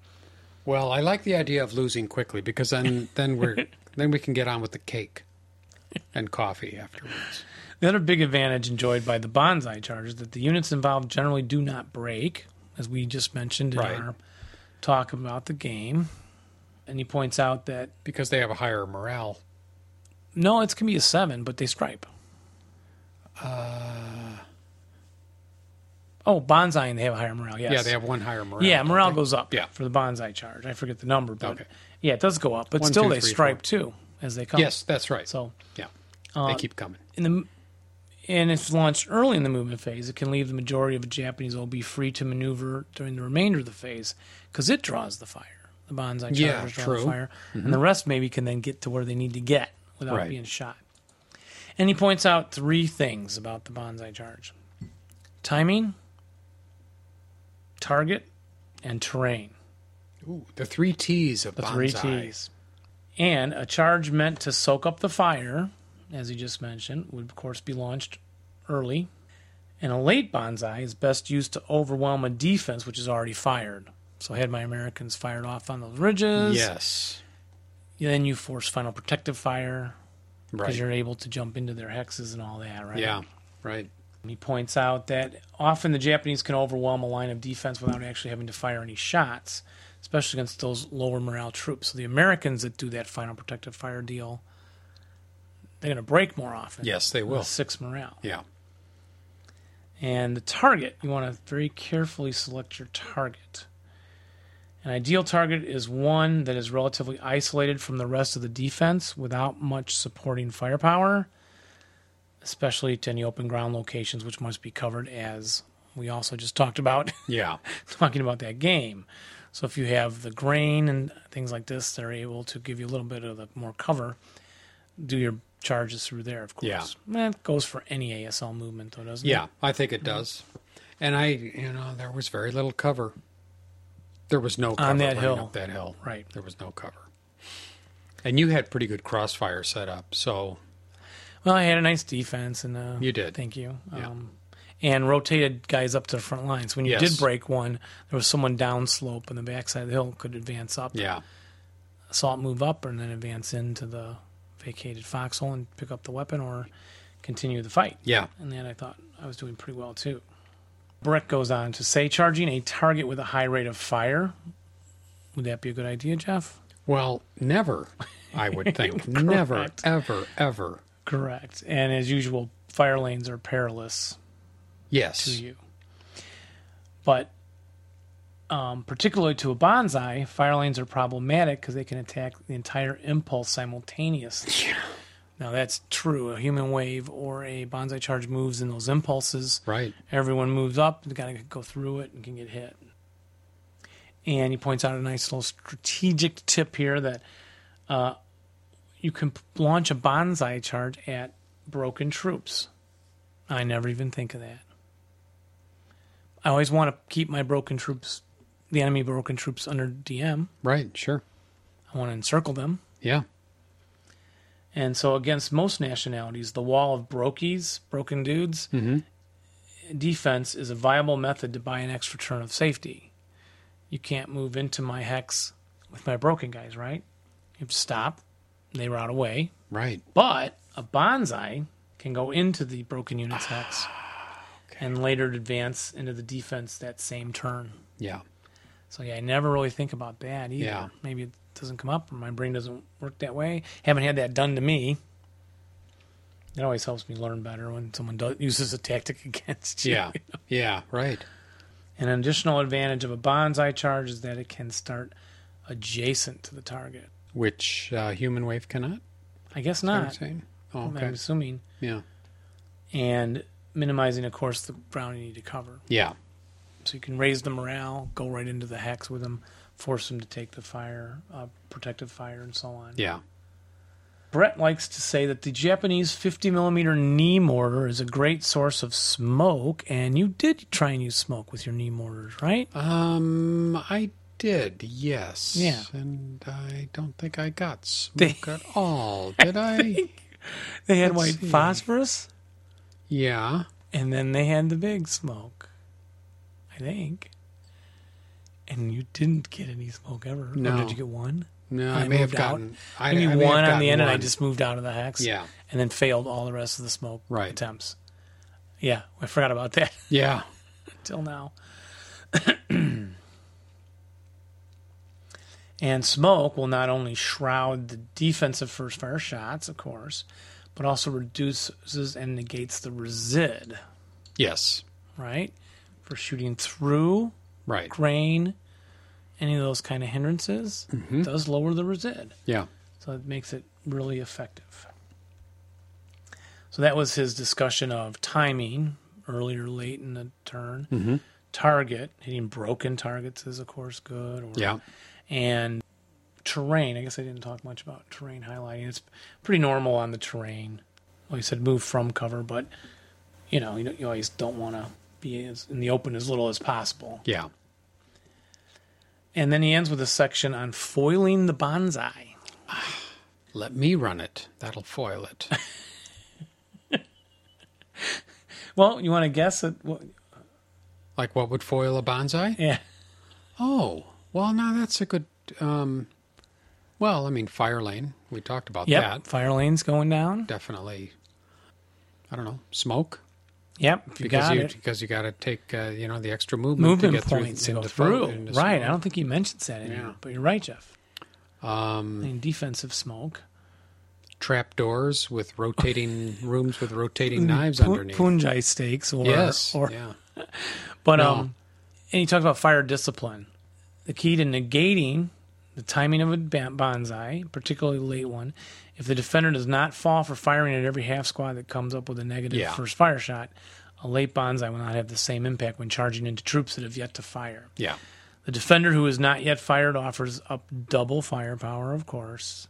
Speaker 2: Well, I like the idea of losing quickly because then then we're then we can get on with the cake and coffee afterwards.
Speaker 1: The other big advantage enjoyed by the bonsai charge is that the units involved generally do not break, as we just mentioned in
Speaker 2: Right.
Speaker 1: our talk about the game. And he points out that
Speaker 2: Because they have a higher morale.
Speaker 1: no, it's gonna be a seven, but they stripe. Uh, oh, bonsai and they have a higher morale. Yes.
Speaker 2: Yeah, they have one higher morale.
Speaker 1: Yeah,
Speaker 2: don't
Speaker 1: morale
Speaker 2: they?
Speaker 1: goes up.
Speaker 2: Yeah.
Speaker 1: for the bonsai charge. I forget the number, but
Speaker 2: Okay.
Speaker 1: yeah, it does go up. But
Speaker 2: One,
Speaker 1: still,
Speaker 2: two,
Speaker 1: they
Speaker 2: three,
Speaker 1: stripe too as they come.
Speaker 2: Yes, that's right.
Speaker 1: So uh,
Speaker 2: yeah, they keep coming.
Speaker 1: in the and if launched early in the movement phase, it can leave the majority of a Japanese OB free to maneuver during the remainder of the phase because it draws the fire. The bonsai chargers
Speaker 2: Yeah,
Speaker 1: draw
Speaker 2: true. Mm-hmm.
Speaker 1: the fire, and the rest maybe can then get to where they need to get without
Speaker 2: Right.
Speaker 1: being shot. And he points out three things about the bonsai charge: timing, target, and terrain.
Speaker 2: Ooh, the three T's of
Speaker 1: The
Speaker 2: bonsai.
Speaker 1: three T's. And a charge meant to soak up the fire, as you just mentioned, would of course be launched early. And a late bonsai is best used to overwhelm a defense which is already fired. So I had my Americans fired off on those ridges.
Speaker 2: Yes,
Speaker 1: Then you force final protective fire because
Speaker 2: right.
Speaker 1: you're able to jump into their hexes and all that, right?
Speaker 2: Yeah, right.
Speaker 1: And he points out that often the Japanese can overwhelm a line of defense without actually having to fire any shots, especially against those lower morale troops. So the Americans that do that final protective fire deal, they're going to break more often.
Speaker 2: Yes, they will.
Speaker 1: With six morale.
Speaker 2: Yeah,
Speaker 1: And the target, you want to very carefully select your target. An ideal target is one that is relatively isolated from the rest of the defense without much supporting firepower, especially to any open ground locations, which must be covered as we also just talked about,
Speaker 2: yeah,
Speaker 1: talking about that game. So if you have the grain and things like this, they're able to give you a little bit of the more cover. Do your charges through there, of
Speaker 2: Yeah.
Speaker 1: course. That goes for any ASL movement, though, doesn't it?
Speaker 2: yeah. I think it does. And I, you know, there was very little cover. There was no cover
Speaker 1: that
Speaker 2: running
Speaker 1: hill.
Speaker 2: Up that hill,
Speaker 1: Right.
Speaker 2: There was no cover. And you had pretty good crossfire set up, so
Speaker 1: Well, I had a nice defense, and uh,
Speaker 2: You did.
Speaker 1: Thank you.
Speaker 2: Yeah.
Speaker 1: Um, and rotated guys up to the front lines. When you
Speaker 2: Yes.
Speaker 1: did break one, there was someone down slope, and the backside of the hill could advance up.
Speaker 2: yeah,
Speaker 1: Assault move up, and then advance into the vacated foxhole and pick up the weapon, or continue the fight
Speaker 2: yeah,
Speaker 1: and then I thought I was doing pretty well too. Brett goes on to say, charging a target with a high rate of fire. Would that be a good idea, Jeff?
Speaker 2: Well, never, I would think. never,
Speaker 1: Correct.
Speaker 2: ever, ever.
Speaker 1: Correct. And as usual, fire lanes are perilous to
Speaker 2: Yes.
Speaker 1: you. But um, particularly to a bonsai, fire lanes are problematic because they can attack the entire impulse simultaneously. Now that's true. A human wave or a bonsai charge moves in those impulses.
Speaker 2: Right.
Speaker 1: Everyone moves up. The guy can go through it and can get hit. And he points out a nice little strategic tip here that uh, you can p- launch a bonsai charge at broken troops. I never even think of that. I always want to keep my broken troops, the enemy broken troops, under DM.
Speaker 2: Right. Sure.
Speaker 1: I want to encircle them.
Speaker 2: Yeah.
Speaker 1: And so, against most nationalities, the wall of brokies, broken dudes, defense is a viable method to buy an extra turn of safety. You can't move into my hex with my broken guys, right? You have to stop. They rout away.
Speaker 2: Right.
Speaker 1: But a bonsai can go into the broken unit's hex and later advance into the defense that same turn.
Speaker 2: Yeah.
Speaker 1: So yeah, I never really think about that either.
Speaker 2: Yeah.
Speaker 1: Maybe it doesn't come up, or my brain doesn't work that way. Haven't had that done to me. It always helps me learn better when someone does, uses a tactic against you.
Speaker 2: Yeah. Yeah. Right.
Speaker 1: An additional advantage of a bonsai charge is that it can start adjacent to the target.
Speaker 2: Which uh, human wave cannot?
Speaker 1: I guess
Speaker 2: I'm
Speaker 1: not.
Speaker 2: saying. Oh,
Speaker 1: I'm
Speaker 2: okay.
Speaker 1: assuming.
Speaker 2: Yeah.
Speaker 1: And minimizing, of course, the ground you need to cover.
Speaker 2: Yeah.
Speaker 1: So you can raise the morale, go right into the hex with them, force them to take the fire, uh, protective fire, and so on.
Speaker 2: Yeah.
Speaker 1: Brett likes to say that the Japanese 50 millimeter knee mortar is a great source of smoke, and you did try and use smoke with your knee mortars, right?
Speaker 2: Um, I did, yes.
Speaker 1: Yeah.
Speaker 2: And I don't think I got smoke at all, did I?
Speaker 1: They had
Speaker 2: let's
Speaker 1: white
Speaker 2: see.
Speaker 1: phosphorus,
Speaker 2: Yeah.
Speaker 1: and then they had the big smoke, I think. And you didn't get any smoke ever.
Speaker 2: No.
Speaker 1: Or did you get one?
Speaker 2: No,
Speaker 1: I
Speaker 2: I, may have
Speaker 1: moved out.
Speaker 2: gotten I,
Speaker 1: Maybe
Speaker 2: I may have
Speaker 1: one on
Speaker 2: gotten
Speaker 1: the end, and I
Speaker 2: one.
Speaker 1: just moved out of the hex.
Speaker 2: Yeah.
Speaker 1: And then failed all the rest of the smoke
Speaker 2: Right.
Speaker 1: attempts. Yeah, I forgot about that
Speaker 2: Yeah.
Speaker 1: till now. and smoke will not only shroud the defensive first fire shots, of course, but also reduces and negates the resid,
Speaker 2: Yes.
Speaker 1: right? For shooting through
Speaker 2: Right.
Speaker 1: grain, any of those kind of hindrances, does lower the resid.
Speaker 2: Yeah.
Speaker 1: So it makes it really effective. So that was his discussion of timing earlier, late in the turn. Target, hitting broken targets is, of course, good. Or,
Speaker 2: Yeah.
Speaker 1: And terrain, I guess I didn't talk much about terrain highlighting. It's pretty normal on the terrain. Like I said, move from cover, but you know, you, don't- you always don't want to be as, in the open as little as possible.
Speaker 2: Yeah.
Speaker 1: And then he ends with a section on foiling the bonsai.
Speaker 2: Let me run it. That'll foil it.
Speaker 1: Well, you want to guess at what?
Speaker 2: like what would foil a bonsai?
Speaker 1: Yeah.
Speaker 2: Oh, well, now that's a good. Um, well, I mean, fire lane. We talked about
Speaker 1: Yep.
Speaker 2: that.
Speaker 1: Fire lane's going down.
Speaker 2: Definitely. I don't know. Smoke
Speaker 1: Yep. If you
Speaker 2: because
Speaker 1: got
Speaker 2: you
Speaker 1: it.
Speaker 2: because you got to take uh, you know the extra movement, to
Speaker 1: Movement
Speaker 2: get through
Speaker 1: points to
Speaker 2: in
Speaker 1: go
Speaker 2: the
Speaker 1: through.
Speaker 2: fo- in the
Speaker 1: right. I
Speaker 2: smoke.
Speaker 1: don't think he mentions that in
Speaker 2: Yeah.
Speaker 1: here, but you're right, Jeff.
Speaker 2: Um,
Speaker 1: And defensive smoke.
Speaker 2: trap doors with rotating rooms with rotating knives
Speaker 1: Pu-
Speaker 2: underneath.
Speaker 1: Punjai stakes or.
Speaker 2: yes.
Speaker 1: Mm, Or,
Speaker 2: yeah.
Speaker 1: But,
Speaker 2: No.
Speaker 1: um, and he talks about fire discipline. The key to negating the timing of a ban- bonsai, particularly a late one, if the defender does not fall for firing at every half squad that comes up with a negative
Speaker 2: Yeah.
Speaker 1: first fire shot, a late bonsai will not have the same impact when charging into troops that have yet to fire.
Speaker 2: Yeah.
Speaker 1: The defender who is not yet fired offers up double firepower, of course,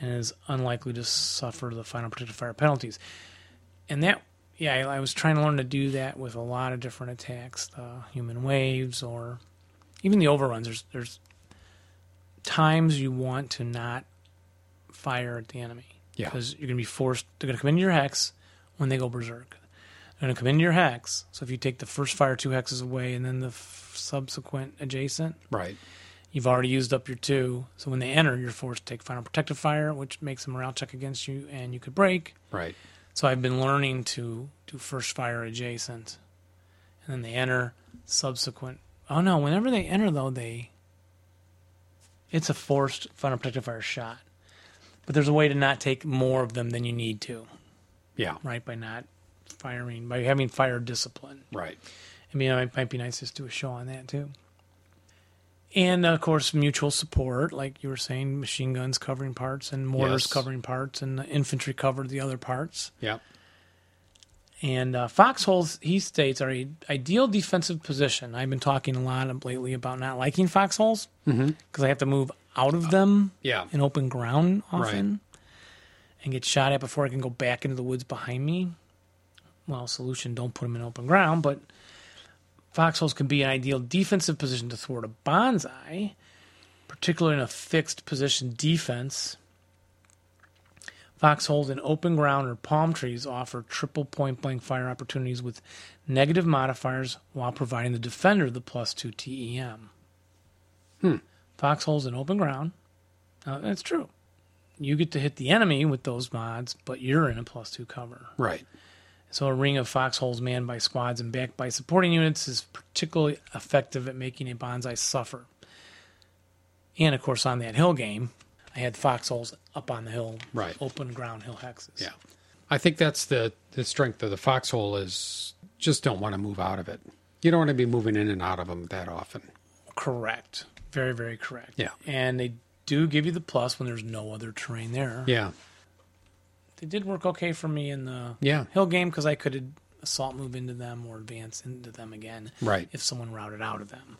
Speaker 1: and is unlikely to suffer the final protective fire penalties. And that, yeah, I, I was trying to learn to do that with a lot of different attacks, the human waves or even the overruns. There's there's times you want to not fire at the enemy
Speaker 2: Yeah.
Speaker 1: because you're going to be forced. They're going to come into your hex when they go berserk. They're going to come into your hex. So if you take the first fire two hexes away and then the f- subsequent adjacent,
Speaker 2: Right.
Speaker 1: you've already used up your two. So when they enter, you're forced to take final protective fire, which makes a morale check against you, and you could break.
Speaker 2: Right.
Speaker 1: So I've been learning to do first fire adjacent, and then they enter subsequent. Oh no! Whenever they enter, though, they it's a forced final protective fire shot. But there's a way to not take more of them than you need to,
Speaker 2: Yeah.
Speaker 1: right? By not firing, by having fire discipline.
Speaker 2: Right.
Speaker 1: I mean, it might be nice just to do a show on that too. And of course, mutual support, like you were saying, machine guns covering parts and mortars
Speaker 2: Yes.
Speaker 1: covering parts, and the infantry covered the other parts.
Speaker 2: Yeah.
Speaker 1: And uh, foxholes, he states, are an ideal defensive position. I've been talking a lot of- lately about not liking foxholes because I have to move out of them
Speaker 2: Yeah.
Speaker 1: in open ground often and get shot at before I can go back into the woods behind me. Well, solution don't put them in open ground, but foxholes can be an ideal defensive position to thwart a bonsai, particularly in a fixed position defense. Foxholes in open ground or palm trees offer triple point blank fire opportunities with negative modifiers while providing the defender the plus two TEM. Hmm. Foxholes in open ground. Now, that's true. You get to hit the enemy with those mods, but you're in a plus two cover.
Speaker 2: Right.
Speaker 1: So a ring of foxholes manned by squads and backed by supporting units is particularly effective at making a bonsai suffer. And of course, on that hill game, I had foxholes up on the hill,
Speaker 2: Right.
Speaker 1: open ground hill hexes.
Speaker 2: Yeah. I think that's the the strength of the foxhole is just don't want to move out of it. You don't want to be moving in and out of them that often.
Speaker 1: correct, very very correct.
Speaker 2: Yeah.
Speaker 1: and they do give you the plus when there's no other terrain there.
Speaker 2: Yeah.
Speaker 1: They did work okay for me in the
Speaker 2: Yeah.
Speaker 1: hill game because I could assault move into them or advance into them again,
Speaker 2: Right.
Speaker 1: If someone routed out of them,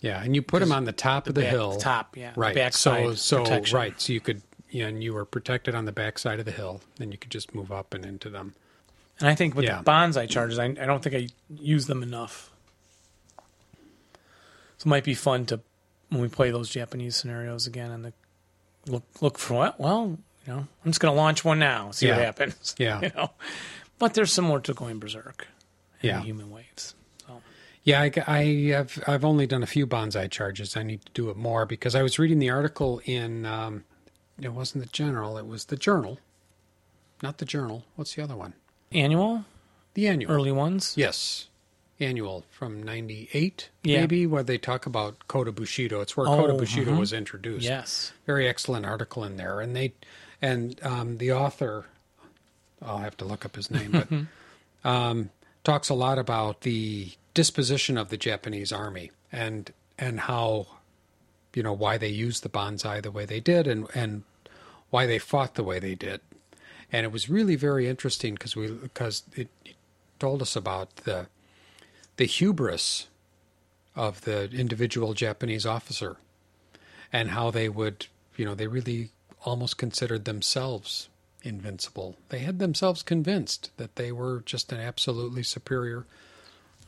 Speaker 2: Yeah, and you put them on the top of the
Speaker 1: Back-
Speaker 2: hill.
Speaker 1: top, yeah,
Speaker 2: Right.
Speaker 1: backside
Speaker 2: so so
Speaker 1: protection.
Speaker 2: right, so you could and you were protected on the backside of the hill. Then you could just move up and into them.
Speaker 1: And I think with
Speaker 2: Yeah.
Speaker 1: the bonsai charges, I, I don't think I use them enough. So it might be fun to when we play those Japanese scenarios again and the look look for what? Well, you know, I'm just going to launch one now, see what
Speaker 2: Yeah.
Speaker 1: happens.
Speaker 2: Yeah.
Speaker 1: you know, but they're similar to going berserk. and
Speaker 2: Yeah.
Speaker 1: human waves. So
Speaker 2: Yeah, I, I have I've only done a few bonsai charges. I need to do it more because I was reading the article in um, it wasn't the general, it was the journal, not the journal. What's the other one?
Speaker 1: annual
Speaker 2: The annual.
Speaker 1: early ones.
Speaker 2: Yes, annual from '98,
Speaker 1: Yeah.
Speaker 2: maybe where they talk about Kota Bushido. It's where
Speaker 1: Oh,
Speaker 2: Kota Bushido
Speaker 1: mhm.
Speaker 2: was introduced.
Speaker 1: Yes.
Speaker 2: very excellent article in there, and they and um, the author. I'll have to look up his name, but um, talks a lot about the disposition of the Japanese army and and how you know why they used the bonsai the way they did and and why they fought the way they did and it was really very interesting because we because it, it told us about the the hubris of the individual Japanese officer and how they would you know they really almost considered themselves invincible they had themselves convinced that they were just an absolutely superior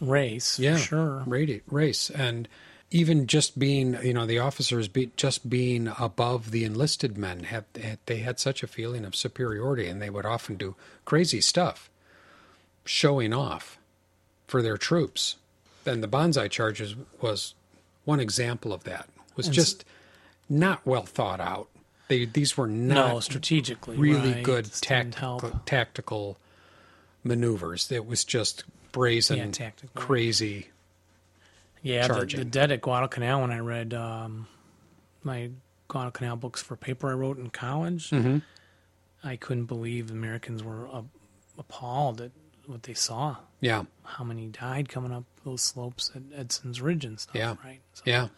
Speaker 1: Race. for
Speaker 2: yeah,
Speaker 1: Sure.
Speaker 2: radi- race and even just being you know the officers be, just being above the enlisted men had, had they had such a feeling of superiority and they would often do crazy stuff showing off for their troops and the bonsai charges was one example of that was just not well thought out they these were not
Speaker 1: No, strategically.
Speaker 2: really
Speaker 1: right.
Speaker 2: good
Speaker 1: Just didn't help.
Speaker 2: tactical, tactical maneuvers. It was just brazen,
Speaker 1: Yeah, tactical.
Speaker 2: crazy.
Speaker 1: Yeah, the, the
Speaker 2: charging.
Speaker 1: dead at Guadalcanal when I read um, my Guadalcanal books for paper I wrote in college,
Speaker 2: Mm-hmm.
Speaker 1: I couldn't believe Americans were a appalled at what they saw,
Speaker 2: Yeah,
Speaker 1: how many died coming up those slopes at Edson's Ridge and stuff.
Speaker 2: Yeah.
Speaker 1: right. So,
Speaker 2: yeah.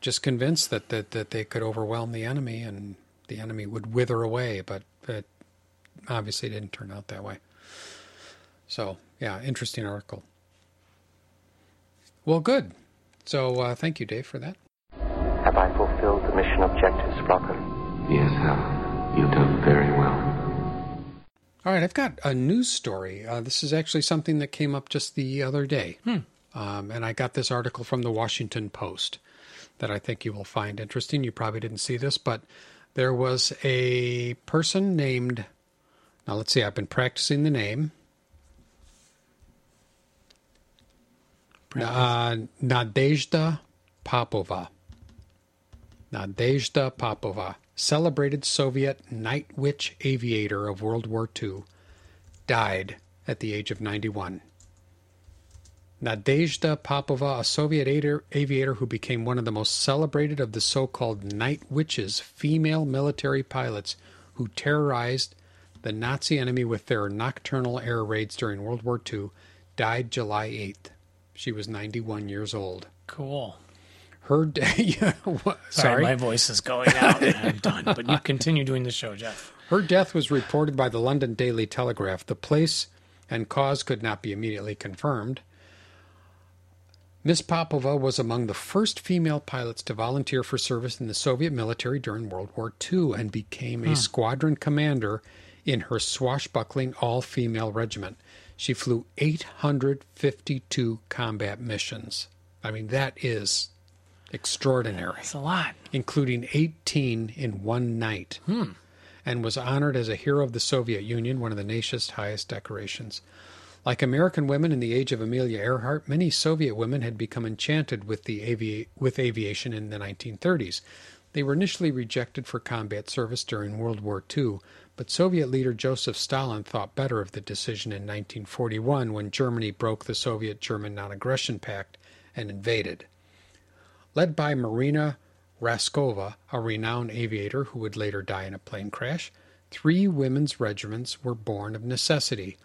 Speaker 2: Just convinced that, that that they could overwhelm the enemy and the enemy would wither away, but it obviously didn't turn out that way. So yeah, interesting article. Well, good. So uh, thank you, Dave, for that.
Speaker 5: Have I fulfilled the mission objectives, Brocken?
Speaker 6: Yes, Hal. You've done very well.
Speaker 2: All right, I've got a news story. Uh, this is actually something that came up just the other day. Um, and I got this article from the Washington Post that I think you will find interesting. You probably didn't see this, but there was a person named, now let's see, I've been practicing the name, uh, Nadezhda Popova. Nadezhda Popova, celebrated Soviet night witch aviator of World War II, died at the age of 91. Nadezhda Popova, a Soviet ater- aviator who became one of the most celebrated of the so called night witches, female military pilots who terrorized the Nazi enemy with their nocturnal air raids during World War II, died July 8th. She was 91 years old.
Speaker 1: cool.
Speaker 2: Her day. yeah, what-
Speaker 1: Sorry, my voice is going out and I'm done. But you continue doing the show, Jeff.
Speaker 2: Her death was reported by the London Daily Telegraph. The place and cause could not be immediately confirmed. Miss Popova was among the first female pilots to volunteer for service in the Soviet military during World War II and became a squadron commander in her swashbuckling all female regiment. She flew 852 combat missions. I mean, that is extraordinary
Speaker 1: That's a lot.
Speaker 2: including 18 in one night, and was honored as a Hero of the Soviet Union, one of the nation's highest decorations. Like American women in the age of Amelia Earhart, many Soviet women had become enchanted with the avi- with aviation in the 1930s. They were initially rejected for combat service during World War II, but Soviet leader Joseph Stalin thought better of the decision in 1941 when Germany broke the Soviet German non aggression pact and invaded led by Marina Raskova, a renowned aviator who would later die in a plane crash, three women's regiments were born of necessity.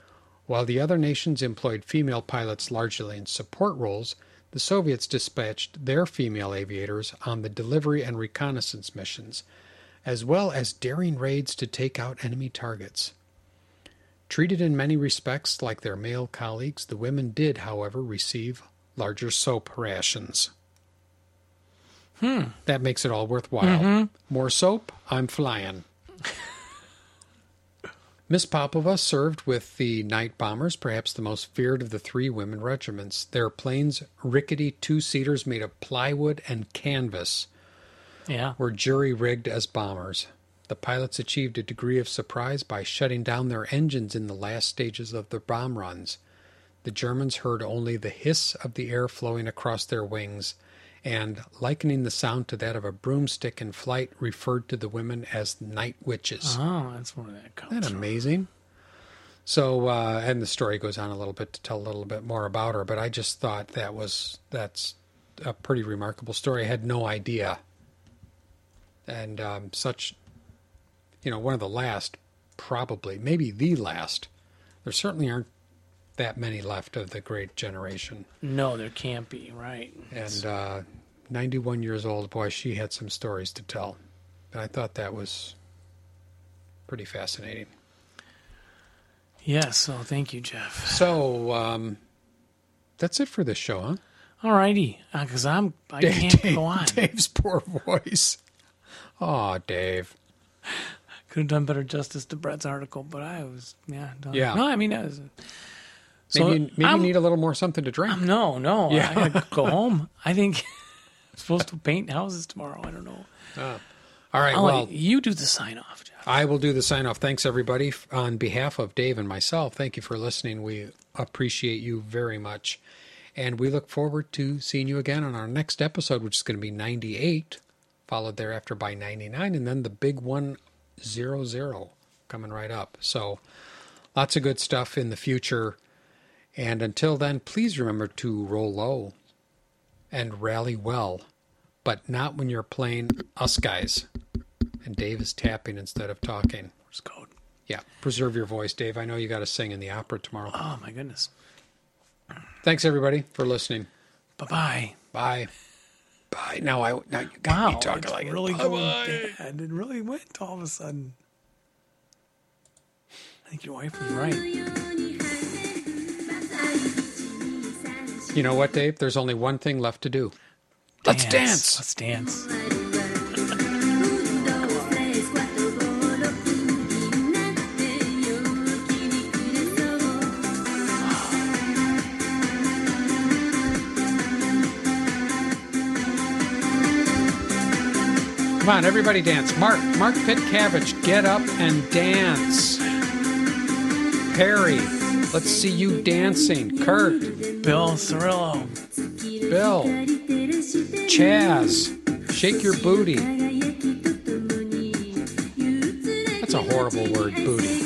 Speaker 2: While the other nations employed female pilots largely in support roles, the Soviets dispatched their female aviators on the delivery and reconnaissance missions, as well as daring raids to take out enemy targets. Treated in many respects like their male colleagues, the women did, however, receive larger soap rations. That makes it all worthwhile. More soap, I'm flying. Miss Popova served with the night bombers, perhaps the most feared of the three women regiments. Their planes, rickety two seaters made of plywood and canvas,
Speaker 1: Yeah.
Speaker 2: were jury rigged as bombers. The pilots achieved a degree of surprise by shutting down their engines in the last stages of their bomb runs. The Germans heard only the hiss of the air flowing across their wings, and, likening the sound to that of a broomstick in flight, referred to the women as night witches.
Speaker 1: Oh, that's where that
Speaker 2: Isn't
Speaker 1: comes
Speaker 2: that
Speaker 1: from.
Speaker 2: amazing? So, uh, and the story goes on a little bit to tell a little bit more about her, but I just thought that was that's a pretty remarkable story. I had no idea, and um, such, you know, one of the last, probably maybe the last. There certainly aren't that many left of the great generation,
Speaker 1: No, there can't be. Right.
Speaker 2: and uh, ninety-one years old. Boy, she had some stories to tell, and I thought that was pretty fascinating.
Speaker 1: Yeah. So thank you, Jeff.
Speaker 2: So, um, that's it for this show, huh?
Speaker 1: All righty, because I'm I
Speaker 2: Dave-
Speaker 1: can't
Speaker 2: Dave-
Speaker 1: go on.
Speaker 2: Dave's poor voice. Oh, Dave.
Speaker 1: Could have done better justice to Brett's article, but I was yeah. Done.
Speaker 2: Yeah.
Speaker 1: No, I mean that was.
Speaker 2: Maybe,
Speaker 1: So
Speaker 2: you, maybe you
Speaker 1: I'm-
Speaker 2: need a little more something to drink.
Speaker 1: No, no.
Speaker 2: Yeah.
Speaker 1: I gotta go home. I think I'm supposed to paint houses tomorrow. I don't know.
Speaker 2: All right,
Speaker 1: I'll
Speaker 2: well,
Speaker 1: let you do the sign off, Jeff.
Speaker 2: I will do the sign off. Thanks, everybody. F- On behalf of Dave and myself, thank you for listening. We appreciate you very much. And we look forward to seeing you again on our next episode, which is going to be 98, followed thereafter by 99, and then the big one zero zero coming right up. So lots of good stuff in the future. And until then, please remember to roll low and rally well, but not when you're playing us guys. And Dave is tapping instead of talking.
Speaker 1: Morse code.
Speaker 2: Yeah, preserve your voice, Dave. I know you got to sing in the opera tomorrow.
Speaker 1: Oh my goodness.
Speaker 2: Thanks everybody for listening.
Speaker 1: Bye bye.
Speaker 2: Bye. Bye. Now I now you got
Speaker 1: Wow,
Speaker 2: me talking
Speaker 1: it's
Speaker 2: like it.
Speaker 1: really
Speaker 2: Bye-bye.
Speaker 1: going bad. It really went all of a sudden. I think your wife was right.
Speaker 4: ように跳ねるバツ愛一二三四
Speaker 2: You know what, Dave? There's only one thing left to do. Let's dance.
Speaker 1: Let's dance.
Speaker 4: 終わりは運動セスワトボロクになって陽気に暮れそう
Speaker 2: Come on, everybody dance. Mark, Mark Pitcavage, get up and dance. Perry, let's see you dancing. Kurt,
Speaker 1: Bill Cirillo.
Speaker 2: Bill, Chaz, shake your booty. That's a horrible word, booty.